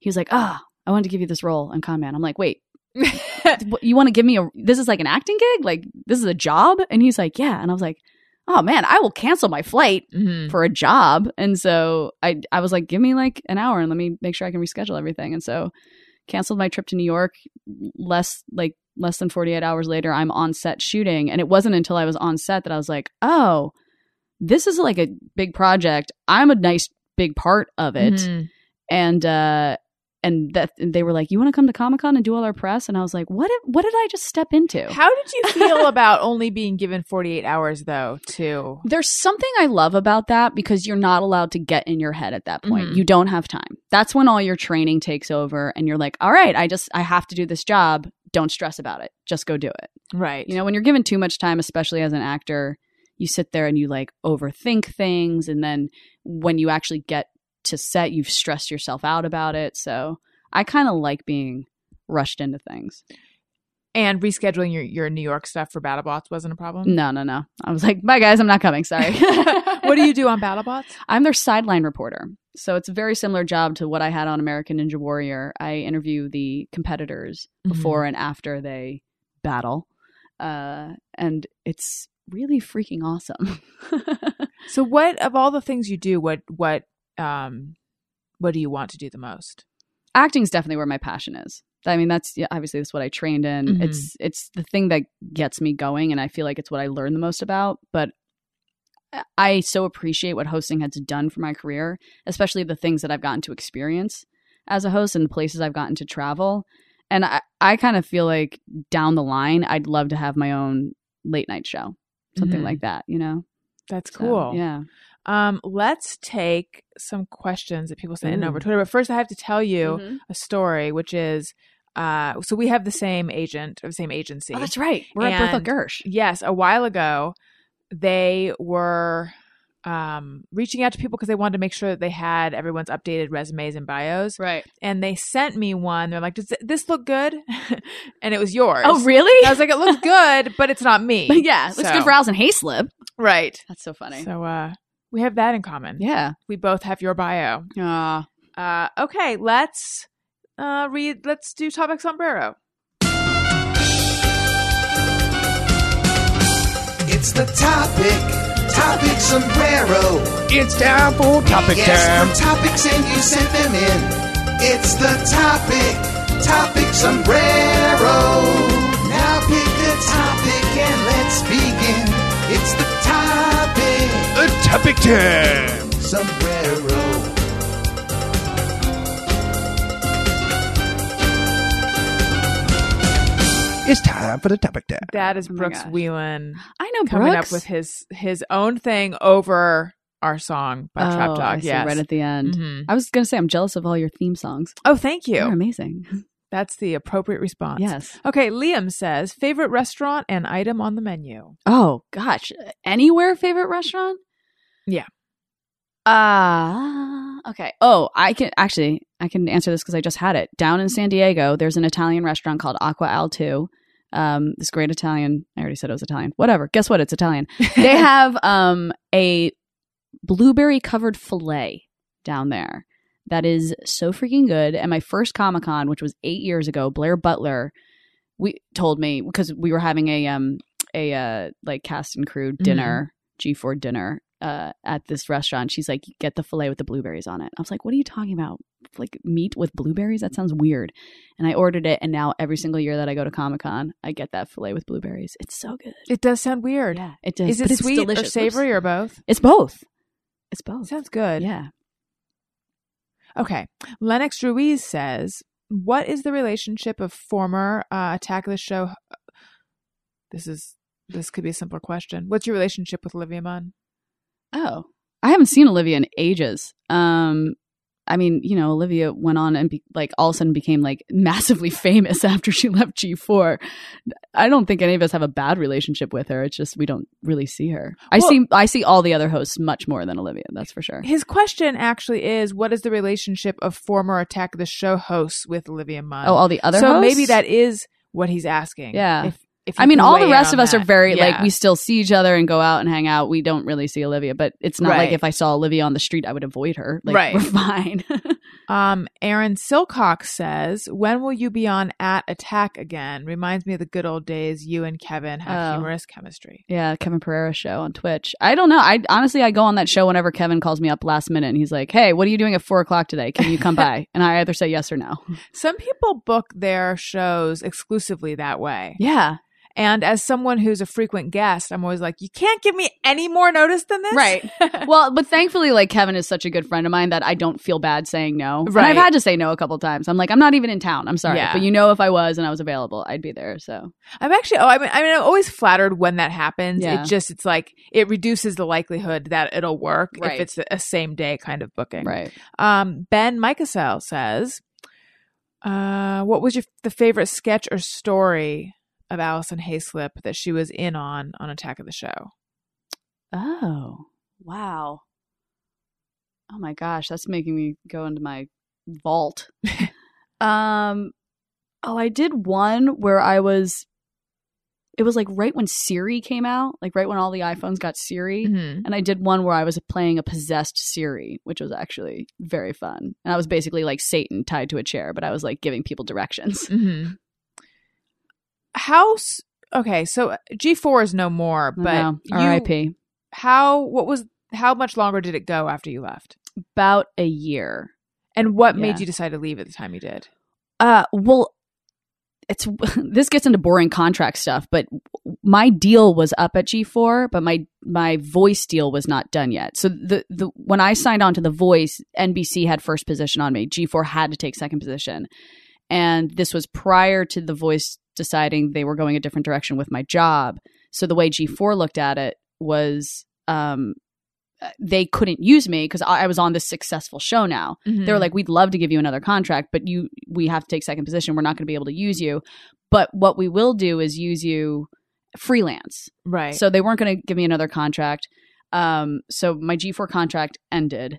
Speaker 2: he was like, ah, I wanted to give you this role on Con Man. I'm like, wait,
Speaker 1: Mm-hmm.
Speaker 2: what- you want to give me a this is like an acting gig like this is a job and he's like yeah and i was like oh man i will cancel my flight
Speaker 1: Mhm.
Speaker 2: for a job and so i i was like give me like an hour and let me make sure i can reschedule everything and so canceled my trip to new york less like less than 48 hours later i'm on set shooting and it wasn't until i was on set that i was like oh this is like a big project i'm a nice big part of it
Speaker 1: Mhm.
Speaker 2: and uh and that and they were like, "You want to come to Comic Con and do all our press?" And I was like, "What? Did, what did I just step into?"
Speaker 1: How did you feel about only being given 48 hours though, too?
Speaker 2: There's something I love about that because you're not allowed to get in your head at that point.
Speaker 1: Mhm.
Speaker 2: You don't have time. That's when all your training takes over, and you're like, "All right, I just I have to do this job. Don't stress about it. Just go do it."
Speaker 1: Right.
Speaker 2: You know, when you're given too much time, especially as an actor, you sit there and you like overthink things. And then when you actually get to set, you've stressed yourself out about it. So I kind of like being rushed into things.
Speaker 1: and rescheduling your, your New York stuff for BattleBots wasn't a problem.
Speaker 2: No, no, no. I was like, bye guys, I'm not coming. Sorry.
Speaker 1: what do you do on BattleBots?
Speaker 2: I'm their sideline reporter. So it's a very similar job to what I had on American Ninja Warrior. I interview the competitors
Speaker 1: Mhm.
Speaker 2: before and after they battle. Uh, and it's really freaking awesome.
Speaker 1: So, what of all the things you do, what what um what do you want to do the most?
Speaker 2: acting is definitely where my passion is. I mean, that's yeah, obviously that's what I trained in.
Speaker 1: Mhm.
Speaker 2: It's it's the thing that gets me going, and I feel like it's what I learned the most about. But I- I so appreciate what hosting has done for my career, especially the things that I've gotten to experience as a host and the places I've gotten to travel. And I, I kind of feel like down the line, I'd love to have my own late night show, something
Speaker 1: Mhm.
Speaker 2: like that, you know?
Speaker 1: That's
Speaker 2: So,
Speaker 1: cool.
Speaker 2: yeah.
Speaker 1: Um, let's take some questions that people sent in
Speaker 2: Ooh.
Speaker 1: over Twitter. But first, I have to tell you a story, which is uh, so we have the same agent, or the same agency.
Speaker 2: Oh, that's right. We're at
Speaker 1: And-
Speaker 2: Bertha Gersh.
Speaker 1: yes, a while ago, they were um, reaching out to people because they wanted to make sure that they had everyone's updated resumes and bios.
Speaker 2: Right.
Speaker 1: And they sent me one. They're like, "Does this look good?" and it was yours.
Speaker 2: Oh, really?
Speaker 1: And I was like, "It looks good, but it's not me."
Speaker 2: But yeah, it's
Speaker 1: So-
Speaker 2: good for Alison Hayslip.
Speaker 1: right.
Speaker 2: That's so funny.
Speaker 1: So uh, we have that in common.
Speaker 2: yeah.
Speaker 1: We both have your bio.
Speaker 2: Uh,
Speaker 1: Uh, okay, let's uh, read. Let's do topic sombrero.
Speaker 3: It's the topic, topic sombrero.
Speaker 4: It's time for topic
Speaker 3: Yes,
Speaker 4: time.
Speaker 3: for topics and you sent them in. It's the topic, topic sombrero. Now pick a topic and let's begin. It's the topic,
Speaker 4: A topic time.
Speaker 3: sombrero.
Speaker 4: It's time for the topic time.
Speaker 1: That is
Speaker 2: Oh my
Speaker 1: Brooks
Speaker 2: gosh.
Speaker 1: Wheelan
Speaker 2: I know
Speaker 1: coming
Speaker 2: Brooks.
Speaker 1: up with his his own thing over our song by
Speaker 2: oh,
Speaker 1: Trap
Speaker 2: I
Speaker 1: Dog.
Speaker 2: see,
Speaker 1: Yes.
Speaker 2: right at the end.
Speaker 1: Mhm.
Speaker 2: I was going to say I'm jealous of all your theme songs.
Speaker 1: Oh, thank you.
Speaker 2: They're amazing.
Speaker 1: That's the appropriate response.
Speaker 2: Yes.
Speaker 1: Okay, Liam says favorite restaurant and item on the menu.
Speaker 2: Oh gosh, anywhere favorite restaurant?
Speaker 1: Yeah.
Speaker 2: Uh okay. Oh, I can actually I can answer this because I just had it down in San Diego. There's an Italian restaurant called Aqua Al Two. Um, this great Italian. I already said it was Italian. Whatever. Guess what? It's Italian. they have um a blueberry covered filet down there that is so freaking good. And my first Comic Con, which was eight years ago, Blair Butler, we told me because we were having a um a uh like cast and crew dinner, G4 dinner. Uh, at this restaurant, she's like, "Get the fillet with the blueberries on it." I was like, "What are you talking about? Like meat with blueberries? That sounds weird." And I ordered it, and now every single year that I go to Comic Con, I get that fillet with blueberries. It's so good.
Speaker 1: It does sound weird.
Speaker 2: Yeah, it does.
Speaker 1: Is
Speaker 2: but
Speaker 1: it
Speaker 2: it's
Speaker 1: sweet
Speaker 2: delicious.
Speaker 1: or
Speaker 2: Oops.
Speaker 1: savory or both?
Speaker 2: It's both. It's both.
Speaker 1: Sounds good.
Speaker 2: Yeah.
Speaker 1: Okay. Lennox Ruiz says, "What is the relationship of former uh, Attack of the Show? This is this could be a simpler question. What's your relationship with Olivia Munn?
Speaker 2: Oh, I haven't seen Olivia in ages. Um, I mean, you know, Olivia went on and be, like all of a sudden became like massively famous after she left G four. I don't think any of us have a bad relationship with her. It's just we don't really see her. I
Speaker 1: Well-
Speaker 2: see I see all the other hosts much more than Olivia. That's for sure.
Speaker 1: His question actually is, what is the relationship of former Attack of the Show hosts with Olivia Munn?
Speaker 2: Oh, all the other.
Speaker 1: so
Speaker 2: hosts?
Speaker 1: maybe that is what he's asking.
Speaker 2: Yeah.
Speaker 1: If, if
Speaker 2: I
Speaker 1: you
Speaker 2: mean,
Speaker 1: can
Speaker 2: all the
Speaker 1: weigh in
Speaker 2: rest
Speaker 1: on
Speaker 2: of us are
Speaker 1: that.
Speaker 2: very like
Speaker 1: Yeah.
Speaker 2: we still see each other and go out and hang out. We don't really see Olivia, but it's not like
Speaker 1: Right.
Speaker 2: if I saw Olivia on the street, I would avoid her. Like
Speaker 1: Right.
Speaker 2: we're fine.
Speaker 1: Um, Aaron Silcox says, "When will you be on at Attack again?" Reminds me of the good old days. You and Kevin had
Speaker 2: Oh.
Speaker 1: humorous chemistry.
Speaker 2: Yeah, Kevin Pereira show on Twitch. I don't know. I honestly, I go on that show whenever Kevin calls me up last minute and he's like, "Hey, what are you doing at four o'clock today? Can you come by?" And I either say yes or no.
Speaker 1: Some people book their shows exclusively that way.
Speaker 2: Yeah,
Speaker 1: And as someone who's a frequent guest, I'm always like, "You can't give me any more notice than this."
Speaker 2: right. well, but thankfully, like Kevin is such a good friend of mine that I don't feel bad saying no. And
Speaker 1: Right.
Speaker 2: I've had to say no a couple times. I'm like, I'm not even in town. I'm sorry,
Speaker 1: Yeah.
Speaker 2: but you know, if I was and I was available, I'd be there. So
Speaker 1: I'm actually oh I mean I mean I'm always flattered when that happens.
Speaker 2: Yeah.
Speaker 1: It just it's like it reduces the likelihood that it'll work
Speaker 2: Right.
Speaker 1: if it's a- a same day kind of booking.
Speaker 2: right.
Speaker 1: Um, ben Micasel says, uh, "What was your the favorite sketch or story of Allison Hayslip that she was in on on Attack of the Show?"
Speaker 2: Oh wow. Oh my gosh, that's making me go into my vault. um oh, I did one where I was it was like right when Siri came out, like right when all the iPhones got Siri.
Speaker 1: Mm-hmm.
Speaker 2: And I did one where I was playing a possessed Siri, which was actually very fun. And I was basically like Satan tied to a chair, but I was like giving people directions.
Speaker 1: Mm-hmm. How? s- Okay, so uh, G four is no more,
Speaker 2: I
Speaker 1: but
Speaker 2: know.
Speaker 1: you-
Speaker 2: R.I.P.
Speaker 1: How? What was? How much longer did it go after you left?
Speaker 2: About a year.
Speaker 1: And what made
Speaker 2: Yeah.
Speaker 1: you decide to leave at the time you did?
Speaker 2: Uh, well, it's this gets into boring contract stuff, but my deal was up at G4, but my my voice deal was not done yet. So the the when I signed on to the voice, NBC had first position on me. G4 had to take second position. And this was prior to the voice deciding they were going a different direction with my job. So the way G4 looked at it was um they couldn't use me because I I was on this successful show now
Speaker 1: Mm-hmm.
Speaker 2: they were
Speaker 1: Hmm.
Speaker 2: like we'd love to give you another contract but you we have to take second position we're not going to be able to use you but what we will do is use you freelance
Speaker 1: right.
Speaker 2: so they weren't going to give me another contract um so my g4 contract ended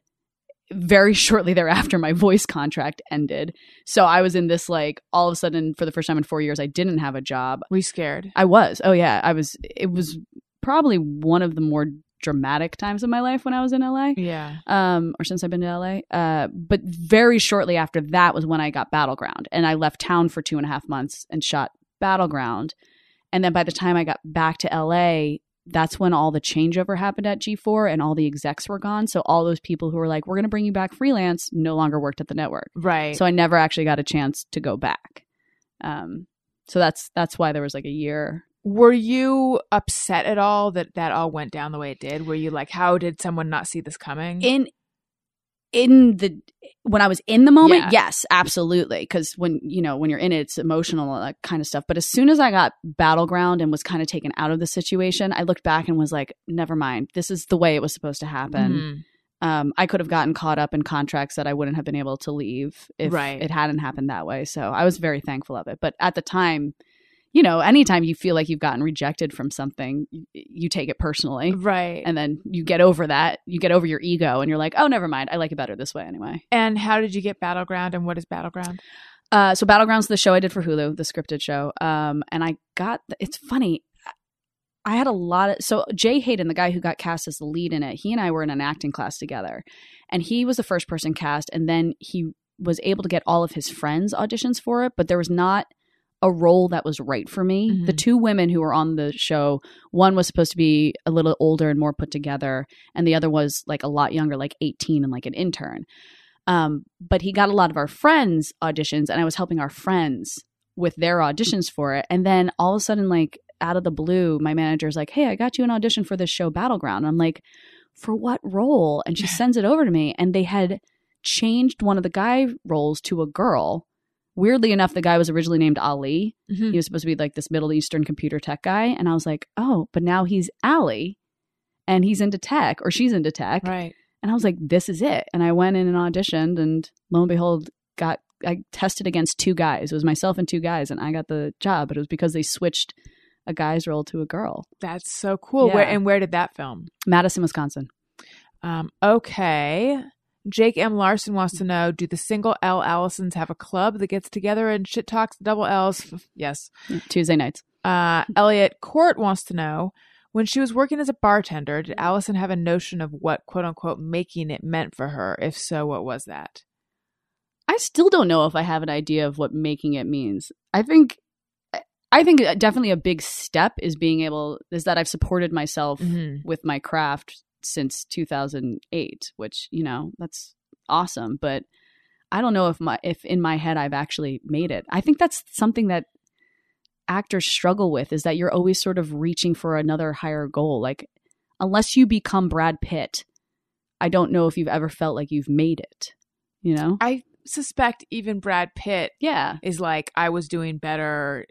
Speaker 2: very shortly thereafter my voice contract ended so i was in this like all of a sudden for the first time in 4 years i didn't have a job
Speaker 1: were you scared?
Speaker 2: I was. Oh yeah, I was. It was probably one of the more dramatic times of my life when I was in LA,
Speaker 1: Yeah.
Speaker 2: um, or since I've been to LA. Uh, but very shortly after that was when I got Battleground, and I left town for two and a half months and shot Battleground, and then by the time I got back to LA. That's when all the changeover happened at G4 and all the execs were gone. So, all those people who were like, we're going to bring you back freelance no longer worked at the network.
Speaker 1: Right.
Speaker 2: So I never actually got a chance to go back. Um, so that's that's why there was like a year.
Speaker 1: Were you upset at all that that all went down the way it did? Were you like, how did someone not see this coming?
Speaker 2: In in the when I was in the moment,
Speaker 1: Yeah.
Speaker 2: yes, absolutely. Because when you know when you're in it, it's emotional and that kind of stuff. But as soon as I got battleground and was kind of taken out of the situation, I looked back and was like, never mind. This is the way it was supposed to happen.
Speaker 1: Mhm.
Speaker 2: um, I could have gotten caught up in contracts that I wouldn't have been able to leave if
Speaker 1: Right.
Speaker 2: it hadn't happened that way. So I was very thankful of it. But at the time, you know, anytime you feel like you've gotten rejected from something, you, you take it personally.
Speaker 1: Mm-hmm. right. And,
Speaker 2: And then you get over that. You get over your ego and you're like, oh, never mind. I like it better this way anyway.
Speaker 1: how did you get Battleground and what is Battleground?
Speaker 2: Uh, so Battlegrounds, the show I did for Hulu, the scripted show. Um, and I got, it's funny. I had a lot of so Jay Hayden, the guy who got cast as the lead in it, he and I were in an acting class together, and he was the first person cast, and then he was able to get all of his friends auditions for it, but there was not a role that was right for me. The
Speaker 1: Mhm.
Speaker 2: two women who were on the show, one was supposed to be a little older and more put together, and the other was like a lot younger, like 18 and like an intern. Um, but he got a lot of our friends' auditions, and I was helping our friends with their auditions for it. And then all of a sudden, like out of the blue, my manager's like, Hey, I got you an audition for this show, Battleground. And I'm like, For what role? And she sends it over to me, and they had changed one of the guy roles to a girl. Weirdly enough, the guy was originally named Ali,
Speaker 1: Mhm.
Speaker 2: he was supposed to be like this Middle Eastern computer tech guy. And I was like, oh, but now he's Allie and he's into tech or she's into tech.
Speaker 1: Right.
Speaker 2: And I was like, this is it. And I went in and auditioned and lo and behold, got I tested against two guys. It was myself and two guys, and I got the job, but it was because they switched a guy's role to a girl.
Speaker 1: That's so cool. Where
Speaker 2: Yeah.
Speaker 1: and where did that film?
Speaker 2: Madison, Wisconsin.
Speaker 1: Um, okay. Jake M. Larson wants to know Do the single L Allisons have a club that gets together and shit talks the double L's? Yes.
Speaker 2: Tuesday nights.
Speaker 1: Uh, Elliot Court wants to know When she was working as a bartender,
Speaker 2: Mm-hmm.
Speaker 1: did Allison have a notion of what quote unquote making it meant for her? If so, what was that?
Speaker 2: I still don't know if I have an idea of what making it means. I think I think uh, definitely a big step is being able is that I've supported myself
Speaker 1: Mm-hmm.
Speaker 2: with my craft since 2008 which you know that's awesome but i don't know if my if in my head i've actually made it i think that's something that actors struggle with is that you're always sort of reaching for another higher goal like unless you become brad pitt i don't know if you've ever felt like you've made it you know
Speaker 1: I suspect even Brad Pitt
Speaker 2: yeah
Speaker 1: is like, I was doing better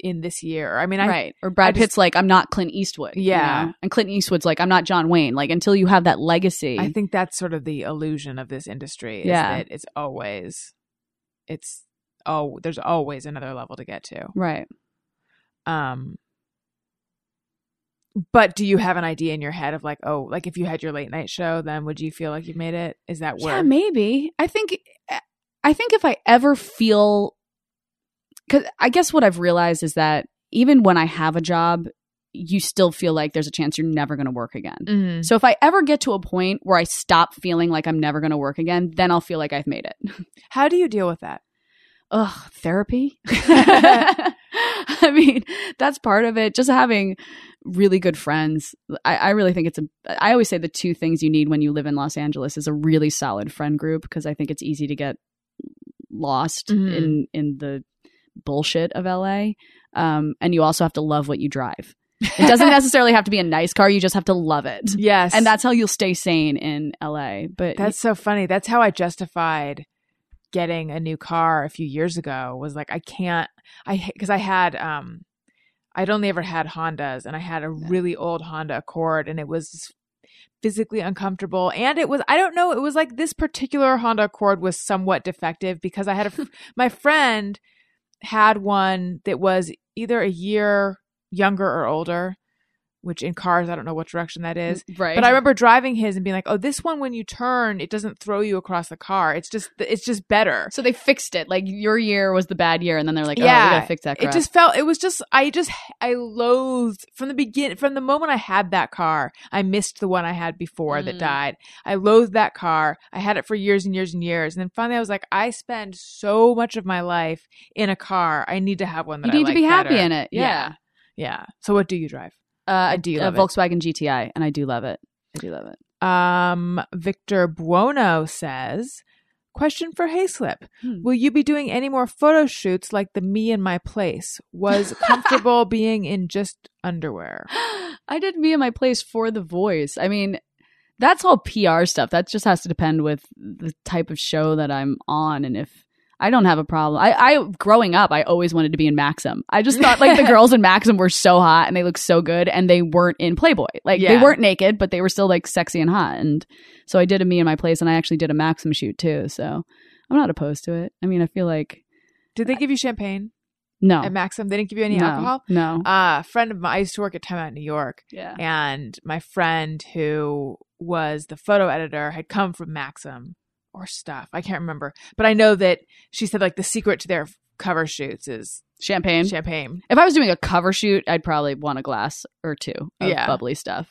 Speaker 1: in this year. I mean, I,
Speaker 2: right or brad
Speaker 1: I just-
Speaker 2: pitt's like i'm not clint eastwood you
Speaker 1: Yeah.
Speaker 2: know? and clint eastwood's like i'm not john wayne like until you have that legacy
Speaker 1: I think that's sort of the illusion of this industry. Is
Speaker 2: Yeah.
Speaker 1: that it's always, it's oh, there's always another level to get to.
Speaker 2: right
Speaker 1: Um, but do you have an idea in your head of like, oh, like if you had your late night show, then would you feel like you made it? Is that where?
Speaker 2: Yeah, maybe. I think eh, I think if I ever feel cuz I guess what I've realized is that even when I have a job, you still feel like there's a chance you're never going to work again.
Speaker 1: Mhm.
Speaker 2: So if I ever get to a point where I stop feeling like I'm never going to work again, then I'll feel like I've made it.
Speaker 1: How do you deal with that?
Speaker 2: Ugh, therapy. I mean, that's part of it. Just having really good friends. I, I really think it's a. I always say the two things you need when you live in Los Angeles is a really solid friend group because I think it's easy to get lost
Speaker 1: Mhm.
Speaker 2: in in the bullshit of LA. Um, and you also have to love what you drive. It doesn't necessarily have to be a nice car. You just have to love it,
Speaker 1: Yes,
Speaker 2: and that's how you'll stay sane in LA. But
Speaker 1: that's so funny. That's how I justified getting a new car a few years ago. Was like, I can't, I because I had um, I'd only ever had Hondas, and I had a really old Honda Accord, and it was physically uncomfortable. And it was, I don't know, it was like this particular Honda Accord was somewhat defective because I had a fr- my friend had one that was either a year younger or older. Which in cars, I don't know what direction that is.
Speaker 2: right.
Speaker 1: But I remember driving his and being like, "Oh, this one when you turn, it doesn't throw you across the car. It's just it's just better."
Speaker 2: So they fixed it. Like your year was the bad year, and then they're like, "Oh,
Speaker 1: Yeah.
Speaker 2: we gotta fix that." Crap.
Speaker 1: It just felt it was just I just I loathed from the begin from the moment I had that car. I missed the one I had before
Speaker 2: Mm.
Speaker 1: that died. I loathed that car. I had it for years and years and years, and then finally I was like, I spend so much of my life in a car. I need to have one that
Speaker 2: you need
Speaker 1: I
Speaker 2: to be
Speaker 1: like
Speaker 2: happy
Speaker 1: better."
Speaker 2: in it. Yeah,
Speaker 1: yeah, yeah. So what do you drive? I
Speaker 2: Uh,
Speaker 1: do
Speaker 2: a
Speaker 1: love it.
Speaker 2: Volkswagen GTI, and I do love it. I do love it.
Speaker 1: Um, Victor Buono says, question for Hayslip.
Speaker 2: Hmm.
Speaker 1: Will you be doing any more photo shoots like the me in my place? Was comfortable being in just underwear.
Speaker 2: I did me in my place for the voice. I mean, that's all PR stuff. That just has to depend with the type of show that I'm on, and if. I don't have a problem. I, I growing up, I always wanted to be in Maxim. I just thought like the girls in Maxim were so hot and they looked so good, and they weren't in Playboy. Like they
Speaker 1: Yeah.
Speaker 2: weren't naked, but they were still like sexy and hot. And so I did a me in my place, and I actually did a Maxim shoot too. So I'm not opposed to it. I mean, I feel like
Speaker 1: Did they give you champagne
Speaker 2: Uh, no,
Speaker 1: at Maxim? They didn't give you any
Speaker 2: no,
Speaker 1: alcohol?
Speaker 2: No.
Speaker 1: Uh, a friend of mine, I used to work at Time Out in New York,
Speaker 2: yeah.
Speaker 1: and my friend who was the photo editor had come from Maxim or stuff. I can't remember. But I know that she said like the secret to their cover shoots is
Speaker 2: Champagne.
Speaker 1: Champagne.
Speaker 2: if I was doing a cover shoot, I'd probably want a glass or two of
Speaker 1: Yeah.
Speaker 2: bubbly stuff.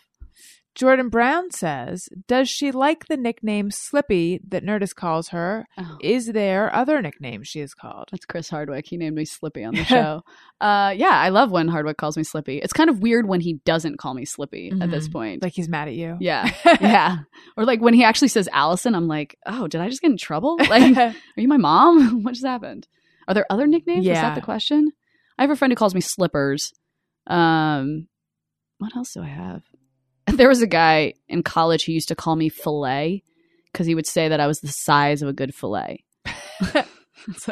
Speaker 1: Jordan Brown says, Does she like the nickname Slippy that Nerdist calls her?
Speaker 2: Oh.
Speaker 1: Is there other nicknames she is called?
Speaker 2: That's Chris Hardwick. He named me Slippy on the show. uh, yeah, I love when Hardwick calls me Slippy. It's kind of weird when he doesn't call me Slippy at this
Speaker 1: Mhm.
Speaker 2: point.
Speaker 1: Like he's mad at you.
Speaker 2: yeah, yeah. Or like when he actually says Allison, I'm like, oh, did I just get in trouble? Like, are you my mom? what just happened? Are there other nicknames? Is
Speaker 1: Yeah.
Speaker 2: that the question? I have a friend who calls me Slippers. Um, what else do I have? There was a guy in college who used to call me Filet because he would say that I was the size of a good filet. so.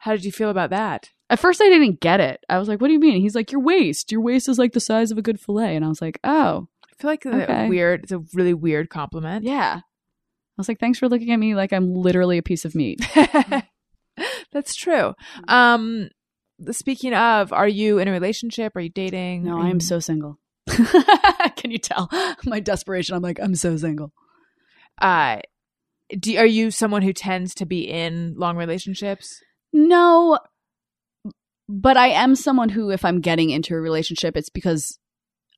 Speaker 1: How did you feel about that?
Speaker 2: At first, I didn't get it. I was like, "What do you mean?" He's like, "Your waist. Your waist is like the size of a good fillet." And I was like, "Oh,
Speaker 1: I feel like it's
Speaker 2: Okay.
Speaker 1: weird. It's a really weird compliment.
Speaker 2: yeah." I was like, "Thanks for looking at me like I'm literally a piece of meat."
Speaker 1: That's true.
Speaker 2: Mm-hmm.
Speaker 1: Um, speaking of, are you in a relationship? Are you dating?
Speaker 2: No,
Speaker 1: Are
Speaker 2: I
Speaker 1: you-
Speaker 2: am so single. Can you tell my desperation? I'm like, I'm so single.
Speaker 1: Uh, do, are you someone who tends to be in long relationships?
Speaker 2: No, but I am someone who, if I'm getting into a relationship, it's because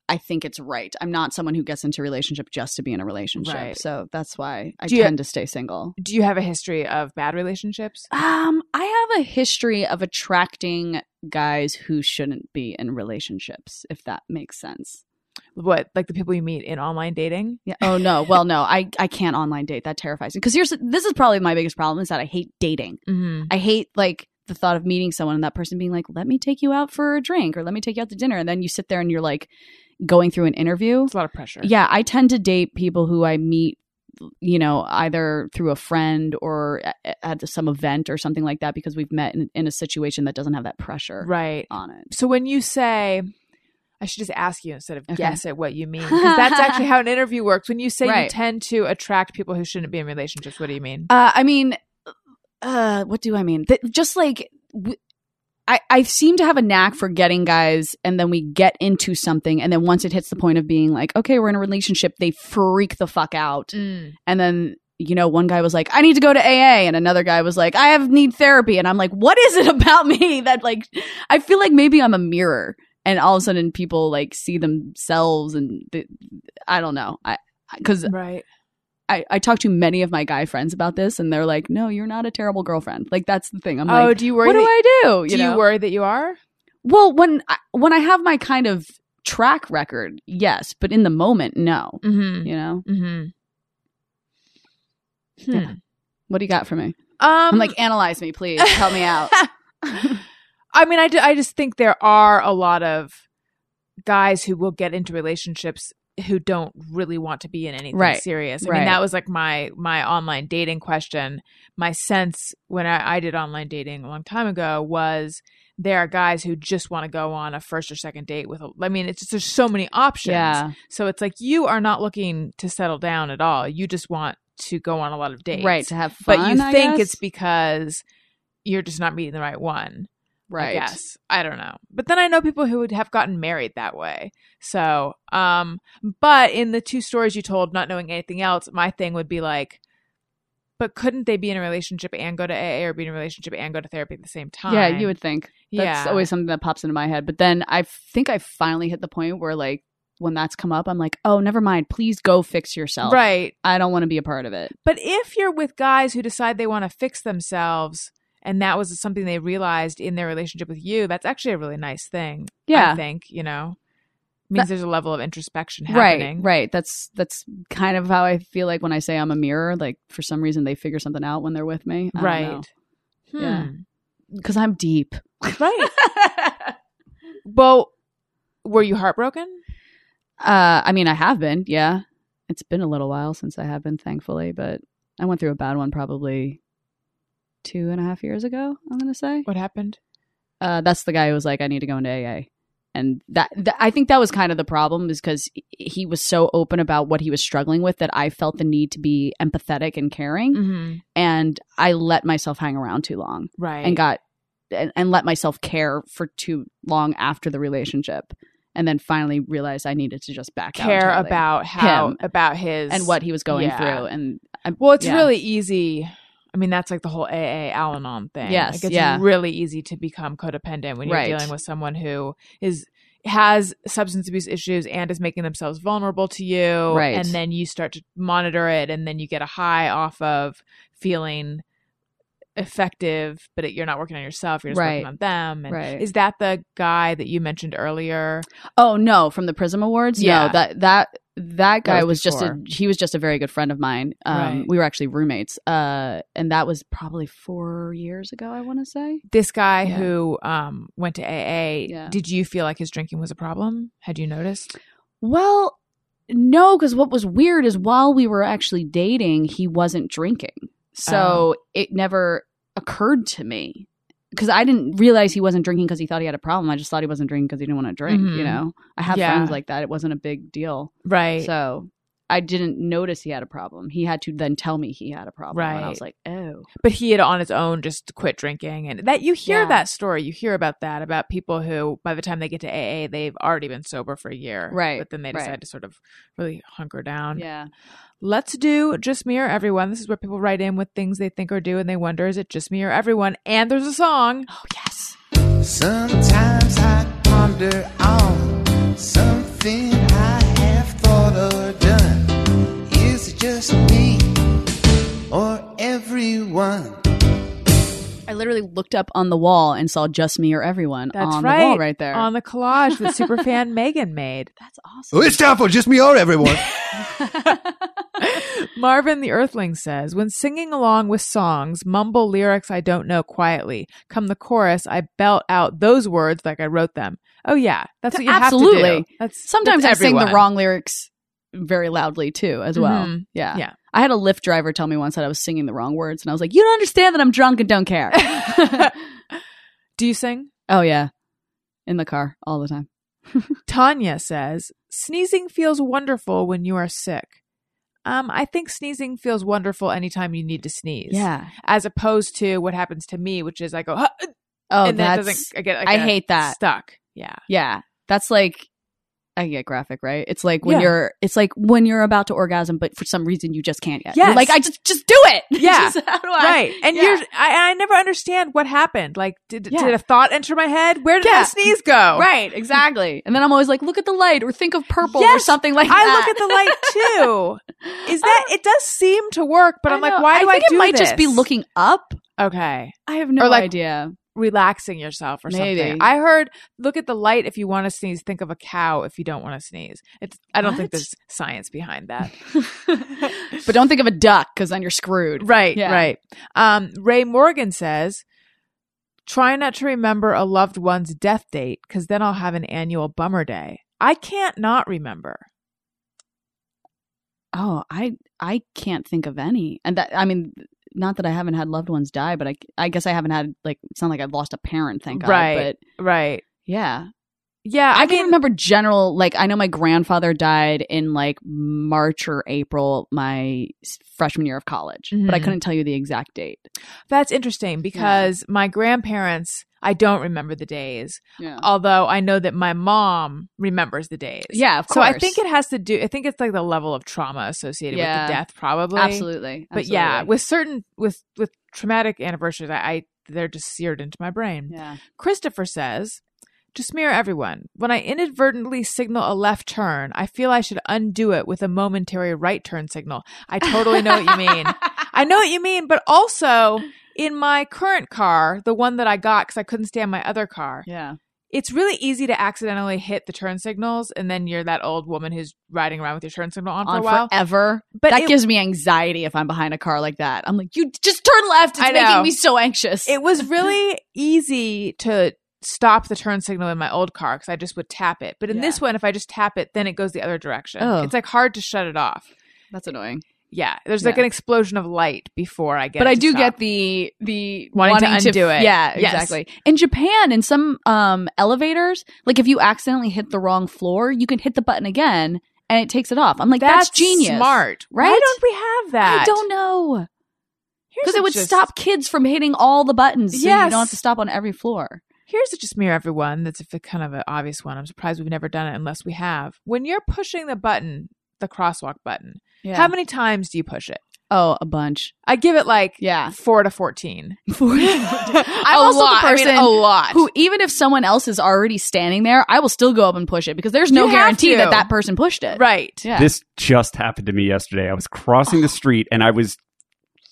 Speaker 2: I think it's right. I'm not someone who gets into a relationship just to be in a relationship.
Speaker 1: Right.
Speaker 2: So that's why I
Speaker 1: Do you-
Speaker 2: tend to stay single.
Speaker 1: Do you have a history of bad relationships?
Speaker 2: Um, I have a history of attracting guys who shouldn't be in relationships, if that makes sense.
Speaker 1: What, like the people you meet in online dating?
Speaker 2: Yeah. Oh no. Well, no. I I can't online date. That terrifies me. Because here's this is probably my biggest problem is that I hate dating.
Speaker 1: Mm-hmm.
Speaker 2: I hate like the thought of meeting someone and that person being like, "Let me take you out for a drink" or "Let me take you out to dinner," and then you sit there and you're like going through an interview.
Speaker 1: It's a lot of pressure.
Speaker 2: Yeah, I tend to date people who I meet, you know, either through a friend or a- at some event or something like that because we've met in, in a situation that doesn't have that pressure
Speaker 1: Right.
Speaker 2: on it.
Speaker 1: So when you say, I should just ask you instead of
Speaker 2: Okay.
Speaker 1: guess at what you mean. Because that's actually how an interview works. When you say you
Speaker 2: Right.
Speaker 1: tend to attract people who shouldn't be in relationships, what do you mean?
Speaker 2: Uh, I mean, uh, what do I mean? Th- just like. W- I, I seem to have a knack for getting guys and then we get into something and then once it hits the point of being like okay we're in a relationship they freak the fuck out
Speaker 1: Mm.
Speaker 2: And then, you know, one guy was like, I need to go to AA. And another guy was like, I have need therapy. And I'm like, what is it about me that like, I feel like maybe I'm a mirror. And all of a sudden people like see themselves and th- I don't know. I, cause
Speaker 1: Right.
Speaker 2: I, I talked to many of my guy friends about this and they're like, no, you're not a terrible girlfriend. Like that's the thing. I'm
Speaker 1: oh,
Speaker 2: like,
Speaker 1: do you worry?
Speaker 2: what do
Speaker 1: that,
Speaker 2: I do?
Speaker 1: do you worry that you are?
Speaker 2: well, when, I, when I have my kind of track record, yes, but in the moment, no,
Speaker 1: Mm-hmm.
Speaker 2: you know,
Speaker 1: Mm-hmm. Hmm.
Speaker 2: Yeah. what do you got for me?
Speaker 1: Um,
Speaker 2: I'm like, analyze me, please. Help me out.
Speaker 1: I mean, I, d- I just think there are a lot of guys who will get into relationships who don't really want to be in anything
Speaker 2: Right.
Speaker 1: serious. I mean,
Speaker 2: Right.
Speaker 1: that was like my my online dating question. My sense when I, I did online dating a long time ago was there are guys who just want to go on a first or second date with. A, I mean, it's just there's so many options.
Speaker 2: Yeah.
Speaker 1: So it's like you are not looking to settle down at all. You just want to go on a lot of dates,
Speaker 2: Right. To have fun.
Speaker 1: But you
Speaker 2: I
Speaker 1: think
Speaker 2: guess?
Speaker 1: it's because you're just not meeting the right one.
Speaker 2: right.
Speaker 1: I guess. I don't know. But then I know people who would have gotten married that way. So, um, but in the two stories you told, not knowing anything else, my thing would be like, but couldn't they be in a relationship and go to AA or be in a relationship and go to therapy at the same time?
Speaker 2: Yeah, you would think. That's
Speaker 1: Yeah.
Speaker 2: always something that pops into my head. But then I think I finally hit the point where like when that's come up, I'm like, oh, never mind. Please go fix yourself.
Speaker 1: Right.
Speaker 2: I don't want to be a part of it.
Speaker 1: But if you're with guys who decide they want to fix themselves and that was something they realized in their relationship with you, that's actually a really nice thing. I
Speaker 2: Yeah.
Speaker 1: think, you know, means there's a level of introspection
Speaker 2: Right.
Speaker 1: happening.
Speaker 2: Right. That's that's kind of how I feel like when I say I'm a mirror. Like for some reason they figure something out when they're with me.
Speaker 1: Right.
Speaker 2: Yeah.
Speaker 1: Hmm.
Speaker 2: Because I'm deep.
Speaker 1: Right. Well, were you heartbroken?
Speaker 2: Uh, I mean, I have been. Yeah, it's been a little while since I have been, thankfully. But I went through a bad one probably two and a half years ago. I'm gonna say
Speaker 1: What happened?
Speaker 2: uh, that's the guy who was like, "I need to go into AA," and that, that I think that was kind of the problem is because he was so open about what he was struggling with that I felt the need to be empathetic and caring,
Speaker 1: Mm-hmm.
Speaker 2: and I let myself hang around too long
Speaker 1: Right.
Speaker 2: and got and, and let myself care for too long after the relationship and then finally realized i needed to just back out
Speaker 1: care
Speaker 2: entirely
Speaker 1: about how
Speaker 2: Him.
Speaker 1: about his
Speaker 2: and what he was going
Speaker 1: Yeah.
Speaker 2: through and I'm,
Speaker 1: Well, it's
Speaker 2: yeah.
Speaker 1: really easy I mean, that's like the whole AA Al Anon thing.
Speaker 2: Yes,
Speaker 1: Like it's
Speaker 2: yeah.
Speaker 1: really easy to become codependent when you're
Speaker 2: Right.
Speaker 1: dealing with someone who is has substance abuse issues and is making themselves vulnerable to you.
Speaker 2: Right.
Speaker 1: And then you start to monitor it and then you get a high off of feeling effective, but it, you're not working on yourself, you're just
Speaker 2: Right.
Speaker 1: working on them. And
Speaker 2: Right.
Speaker 1: Is that the guy that you mentioned earlier?
Speaker 2: Oh no, from the Prism Awards.
Speaker 1: Yeah.
Speaker 2: No, that that that guy
Speaker 1: That
Speaker 2: was,
Speaker 1: was
Speaker 2: just a
Speaker 1: before.
Speaker 2: he was just a very good friend of mine. Um,
Speaker 1: Right.
Speaker 2: We were actually roommates, uh, and that was probably four years ago. I want to say.
Speaker 1: This guy
Speaker 2: Yeah.
Speaker 1: who um, went to AA,
Speaker 2: Yeah.
Speaker 1: did you feel like his drinking was a problem? Had you noticed?
Speaker 2: Well, no, because what was weird is while we were actually dating, he wasn't drinking, so
Speaker 1: Oh.
Speaker 2: it never occurred to me because I didn't realize he wasn't drinking because he thought he had a problem. I just thought he wasn't drinking because he didn't want to drink. You
Speaker 1: Mhm.
Speaker 2: know, I have
Speaker 1: Yeah.
Speaker 2: friends like that. It wasn't a big deal.
Speaker 1: Right.
Speaker 2: So I didn't notice he had a problem. He had to then tell me he had a problem. And I was like, oh.
Speaker 1: but he had on his own just quit drinking and that you hear
Speaker 2: Yeah.
Speaker 1: that story you hear about that about people who by the time they get to aa they've already been sober for a year
Speaker 2: Right,
Speaker 1: but then they
Speaker 2: right.
Speaker 1: decide to sort of really hunker down
Speaker 2: Yeah.
Speaker 1: let's do just me or everyone this is where people write in with things they think or do and they wonder is it just me or everyone and there's a song
Speaker 2: Oh, yes.
Speaker 3: Sometimes I ponder on something I have thought or done. Is it just me or everyone?
Speaker 2: I literally looked up on the wall and saw just me or everyone
Speaker 1: that's
Speaker 2: on
Speaker 1: right
Speaker 2: the wall right there.
Speaker 1: on the collage that superfan megan made
Speaker 2: That's
Speaker 4: Oh,
Speaker 2: awesome.
Speaker 4: it's time for just me or everyone.
Speaker 1: Marvin the Earthling says, When singing along with songs, mumble lyrics I don't know quietly. Come the chorus, I belt out those words like I wrote them. Oh, yeah. That's what you have to
Speaker 2: Absolutely.
Speaker 1: do. That's,
Speaker 2: Sometimes I
Speaker 1: that's
Speaker 2: sing the
Speaker 1: everyone.
Speaker 2: wrong lyrics very loudly too, as well.
Speaker 1: Mhm.
Speaker 2: Yeah.
Speaker 1: Yeah.
Speaker 2: I had a Lyft driver tell me once that I was singing the wrong words, and I was like, you don't understand that I'm drunk and don't care.
Speaker 1: Do you sing?
Speaker 2: oh, yeah. In the car all the time.
Speaker 1: Tanya says, Sneezing feels wonderful when you are sick. Um, I think sneezing feels wonderful anytime you need to sneeze.
Speaker 2: Yeah.
Speaker 1: As opposed to what happens to me, which is I go, huh,
Speaker 2: Oh,
Speaker 1: and that
Speaker 2: that's.
Speaker 1: doesn't, I get,
Speaker 2: I
Speaker 1: get
Speaker 2: hate that.
Speaker 1: Stuck. Yeah.
Speaker 2: Yeah. That's like I can get graphic, right? It's like when
Speaker 1: Yeah.
Speaker 2: you're it's like when you're about to orgasm, but for some reason you just can't yet. You're
Speaker 1: Yes.
Speaker 2: like, I just just do it.
Speaker 1: Yeah.
Speaker 2: Just- how do I
Speaker 1: right and
Speaker 2: yeah.
Speaker 1: you're I, I never understand what happened like did,
Speaker 2: Yeah.
Speaker 1: did a thought enter my head where did
Speaker 2: Yeah.
Speaker 1: the sneeze go
Speaker 2: Right, exactly. And then I'm always like, look at the light or think of purple or
Speaker 1: Yes.
Speaker 2: something like
Speaker 1: i
Speaker 2: that.
Speaker 1: look at the light too is that it does seem to work but i'm like
Speaker 2: know.
Speaker 1: why do i,
Speaker 2: think
Speaker 1: do
Speaker 2: it might
Speaker 1: this?
Speaker 2: just be looking up.
Speaker 1: okay
Speaker 2: I have no
Speaker 1: Or like-
Speaker 2: idea.
Speaker 1: relaxing yourself or
Speaker 2: Maybe.
Speaker 1: something i heard look at the light if you want to sneeze think of a cow if you don't want to sneeze it's i don't
Speaker 2: What?
Speaker 1: think there's science behind that
Speaker 2: But don't think of a duck because then you're screwed.
Speaker 1: Right,
Speaker 2: Yeah.
Speaker 1: right. Um, Ray Morgan says, try not to remember a loved one's death date because then I'll have an annual bummer day. I can't not remember.
Speaker 2: Oh, I I can't think of any. And that I mean, not that I haven't had loved ones die, but I I guess I haven't had like it's not like I've lost a parent, thank God.
Speaker 1: Right.
Speaker 2: But
Speaker 1: Right.
Speaker 2: yeah.
Speaker 1: Yeah.
Speaker 2: I,
Speaker 1: I,
Speaker 2: can
Speaker 1: mean,
Speaker 2: remember general, like, I know my grandfather died in like March or April, my s- freshman year of college, but I
Speaker 1: Mhm.
Speaker 2: couldn't tell you the exact date.
Speaker 1: that's interesting because my grandparents, I don't remember the days,
Speaker 2: Yeah.
Speaker 1: although I know that my mom remembers the days.
Speaker 2: Yeah, of
Speaker 1: So
Speaker 2: course.
Speaker 1: I think it has to do, I think it's like the level of trauma associated
Speaker 2: Yeah.
Speaker 1: with the death, probably.
Speaker 2: absolutely.
Speaker 1: But yeah,
Speaker 2: absolutely.
Speaker 1: with certain, with, with traumatic anniversaries, I, I, they're just seared into my brain.
Speaker 2: yeah.
Speaker 1: Christopher says, to smear everyone, when I inadvertently signal a left turn, I feel I should undo it with a momentary right turn signal. I totally know what you mean. I know what you mean, but also in my current car, the one that I got because I couldn't stand my other car,
Speaker 2: Yeah.
Speaker 1: it's really easy to accidentally hit the turn signals, and then you're that old woman who's riding around with your turn signal on for
Speaker 2: On
Speaker 1: a while.
Speaker 2: forever.
Speaker 1: But
Speaker 2: that
Speaker 1: it-
Speaker 2: gives me anxiety if I'm behind a car like that. I'm like, you just turn left. It's
Speaker 1: I
Speaker 2: making
Speaker 1: know.
Speaker 2: me so anxious.
Speaker 1: it was really easy to stop the turn signal in my old car because I just would tap it. But in
Speaker 2: Yeah.
Speaker 1: this one, if I just tap it, then it goes the other direction.
Speaker 2: Oh.
Speaker 1: It's like hard to shut it off.
Speaker 2: That's annoying.
Speaker 1: Yeah, there's like
Speaker 2: Yeah.
Speaker 1: an explosion of light before I get.
Speaker 2: but
Speaker 1: it
Speaker 2: I
Speaker 1: to
Speaker 2: do
Speaker 1: stop.
Speaker 2: get the the
Speaker 1: Wanting to undo it.
Speaker 2: Yeah,
Speaker 1: Yes.
Speaker 2: exactly. In Japan, in some um, elevators, like if you accidentally hit the wrong floor, you can hit the button again and it takes it off. I'm like, that's, genius,
Speaker 1: smart,
Speaker 2: right?
Speaker 1: Why don't we have that?
Speaker 2: I don't know
Speaker 1: Here's
Speaker 2: because
Speaker 1: a
Speaker 2: it would
Speaker 1: just-
Speaker 2: stop kids from hitting all the buttons. So you
Speaker 1: Yes.
Speaker 2: don't have to stop on every floor.
Speaker 1: Here's a just mirror everyone. That's a f- kind of an obvious one. I'm surprised we've never done it unless we have. When you're pushing the button, the crosswalk button,
Speaker 2: Yeah.
Speaker 1: how many times do you push it?
Speaker 2: Oh, a bunch.
Speaker 1: I give it like
Speaker 2: Yeah.
Speaker 1: four to fourteen.
Speaker 2: I'm
Speaker 1: A
Speaker 2: also
Speaker 1: lot.
Speaker 2: the
Speaker 1: I mean,
Speaker 2: person
Speaker 1: a lot.
Speaker 2: who, even if someone else is already standing there, I will still go up and push it because there's no
Speaker 1: You have
Speaker 2: guarantee
Speaker 1: to.
Speaker 2: that that person pushed it.
Speaker 1: Right.
Speaker 2: Yeah.
Speaker 5: This just happened to me yesterday. I was crossing the street and I was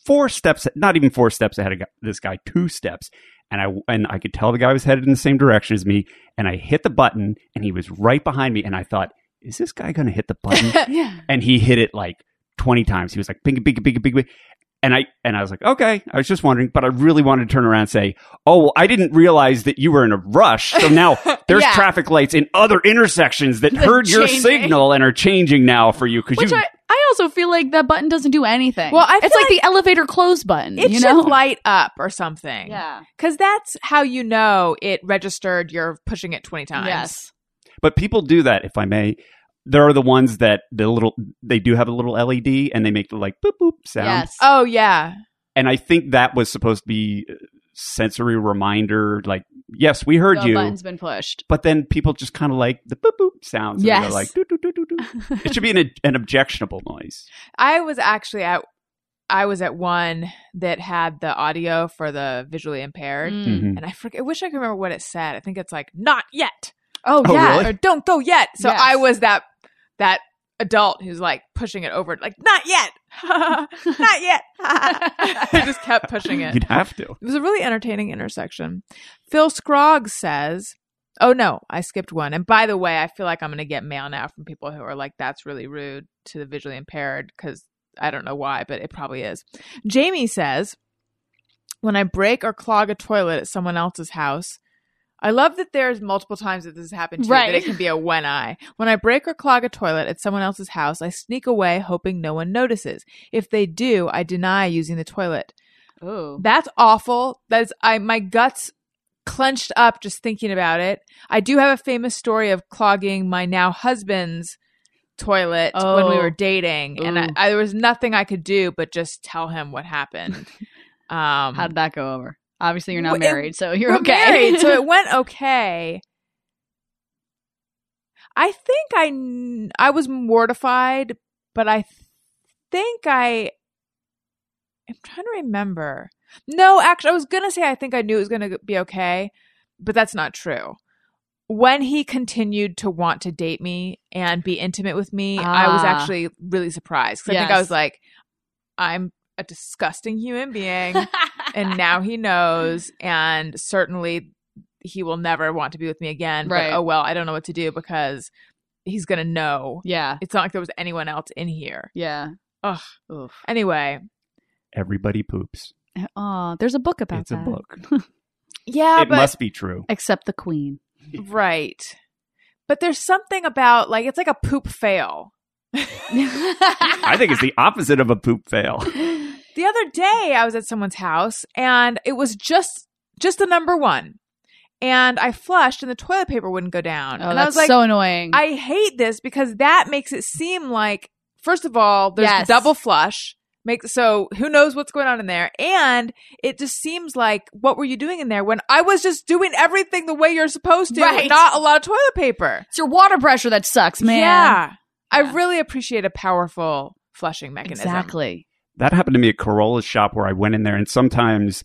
Speaker 5: four steps, not even four steps ahead of gu- this guy, two steps. And I and I could tell the guy was headed in the same direction as me. And I hit the button and he was right behind me. And I thought, is this guy going to hit the button?
Speaker 2: yeah.
Speaker 5: and he hit it like 20 times. He was like, bing, bing, bing, bing, bing. And I, and I was like, okay, I was just wondering, but I really wanted to turn around and say, oh, well, I didn't realize that you were in a rush. So now there's
Speaker 2: Yeah.
Speaker 5: traffic lights in other intersections that
Speaker 2: They're
Speaker 5: heard your
Speaker 2: changing.
Speaker 5: signal and are changing now for you. Cause
Speaker 2: Which
Speaker 5: you,
Speaker 2: I, I also feel like that button doesn't do anything.
Speaker 1: Well, I
Speaker 2: it's
Speaker 1: feel
Speaker 2: like, the elevator close button.
Speaker 1: It
Speaker 2: you
Speaker 1: should
Speaker 2: know,
Speaker 1: light up or something.
Speaker 2: yeah,
Speaker 1: Because that's how you know it registered you're pushing it 20 times.
Speaker 2: yes,
Speaker 5: but people do that, if I may. There are the ones that the little, they do have a little LED and they make the like boop, boop sound.
Speaker 2: yes.
Speaker 1: Oh, yeah.
Speaker 5: And I think that was supposed to be uh, sensory reminder, like, yes, we heard
Speaker 2: the
Speaker 5: you.
Speaker 2: button's been pushed.
Speaker 5: but then people just kind of like the boop boop sounds. and they're
Speaker 2: Yes.
Speaker 5: like doo, doo, doo, doo, doo. it should be an an objectionable noise.
Speaker 1: I was actually at. I was at one that had the audio for the visually impaired,
Speaker 2: Mm.
Speaker 5: Mhm.
Speaker 1: and I forget. I wish I could remember what it said. I think it's like "not yet"
Speaker 2: Oh,
Speaker 5: Oh,
Speaker 2: yeah.
Speaker 5: really?
Speaker 1: or "don't go yet." So
Speaker 2: Yes.
Speaker 1: I was that that adult who's like pushing it over, like "not yet, not yet." I just kept pushing it.
Speaker 5: You'd have to.
Speaker 1: It was a really entertaining intersection. Phil Scroggs says, Oh no, I skipped one. And by the way, I feel like I'm going to get mail now from people who are like, that's really rude to the visually impaired because I don't know why, but it probably is. Jamie says, When I break or clog a toilet at someone else's house, I love that there's multiple times that this has happened to you,
Speaker 2: Right.
Speaker 1: that it can be a when I. When I break or clog a toilet at someone else's house, I sneak away hoping no one notices. If they do, I deny using the toilet.
Speaker 5: Mm-hmm.
Speaker 2: Ooh.
Speaker 1: That's awful. That's I my guts clenched up just thinking about it. I do have a famous story of clogging my now husband's toilet when we
Speaker 2: Oh.
Speaker 1: were dating and I,
Speaker 2: Ooh.
Speaker 1: I, there was nothing I could do but just tell him what happened. Um
Speaker 2: How did that go over? Obviously, you're not
Speaker 1: Well, it-
Speaker 2: married, so you're
Speaker 1: we're
Speaker 2: okay.
Speaker 1: married, so it went okay. I think I kn- I was mortified, but I th- think I I'm trying to remember. No, actually, I was gonna say I think I knew it was gonna be okay, but that's not true. When he continued to want to date me and be intimate with me, I was
Speaker 2: Ah.
Speaker 1: actually really surprised. 'Cause I think I
Speaker 2: Yes.
Speaker 1: was like, I'm a disgusting human being and now he knows and certainly he will never want to be with me again
Speaker 2: Right.
Speaker 1: but oh well i don't know what to do because he's gonna know
Speaker 2: yeah,
Speaker 1: it's not like there was anyone else in here
Speaker 2: yeah.
Speaker 1: Ugh.
Speaker 2: Oof.
Speaker 1: anyway
Speaker 5: Everybody poops.
Speaker 2: Aw, there's a book about
Speaker 5: it's
Speaker 2: that.
Speaker 5: a book.
Speaker 1: yeah
Speaker 5: it must be true.
Speaker 2: Except the queen.
Speaker 1: right but there's something about like it's like a poop fail
Speaker 5: I think it's the opposite of a poop fail.
Speaker 2: Oh,
Speaker 1: the other day i was at someone's house and it was just just the number one and i flushed and the toilet paper wouldn't go down
Speaker 2: Oh,
Speaker 1: and
Speaker 2: that's
Speaker 1: i was like
Speaker 2: so annoying.
Speaker 1: I hate this because that makes it seem like, first of all, there's
Speaker 2: Yes.
Speaker 1: double flush. Make so who knows what's going on in there, and it just seems like what were you doing in there when I was just doing everything the way you're supposed to,
Speaker 2: Right.
Speaker 1: not a lot of toilet paper.
Speaker 2: it's your water pressure that sucks, man.
Speaker 1: Yeah. I
Speaker 2: Yeah.
Speaker 1: really appreciate a powerful flushing mechanism.
Speaker 2: exactly.
Speaker 5: That happened to me at Corolla's shop where I went in there and sometimes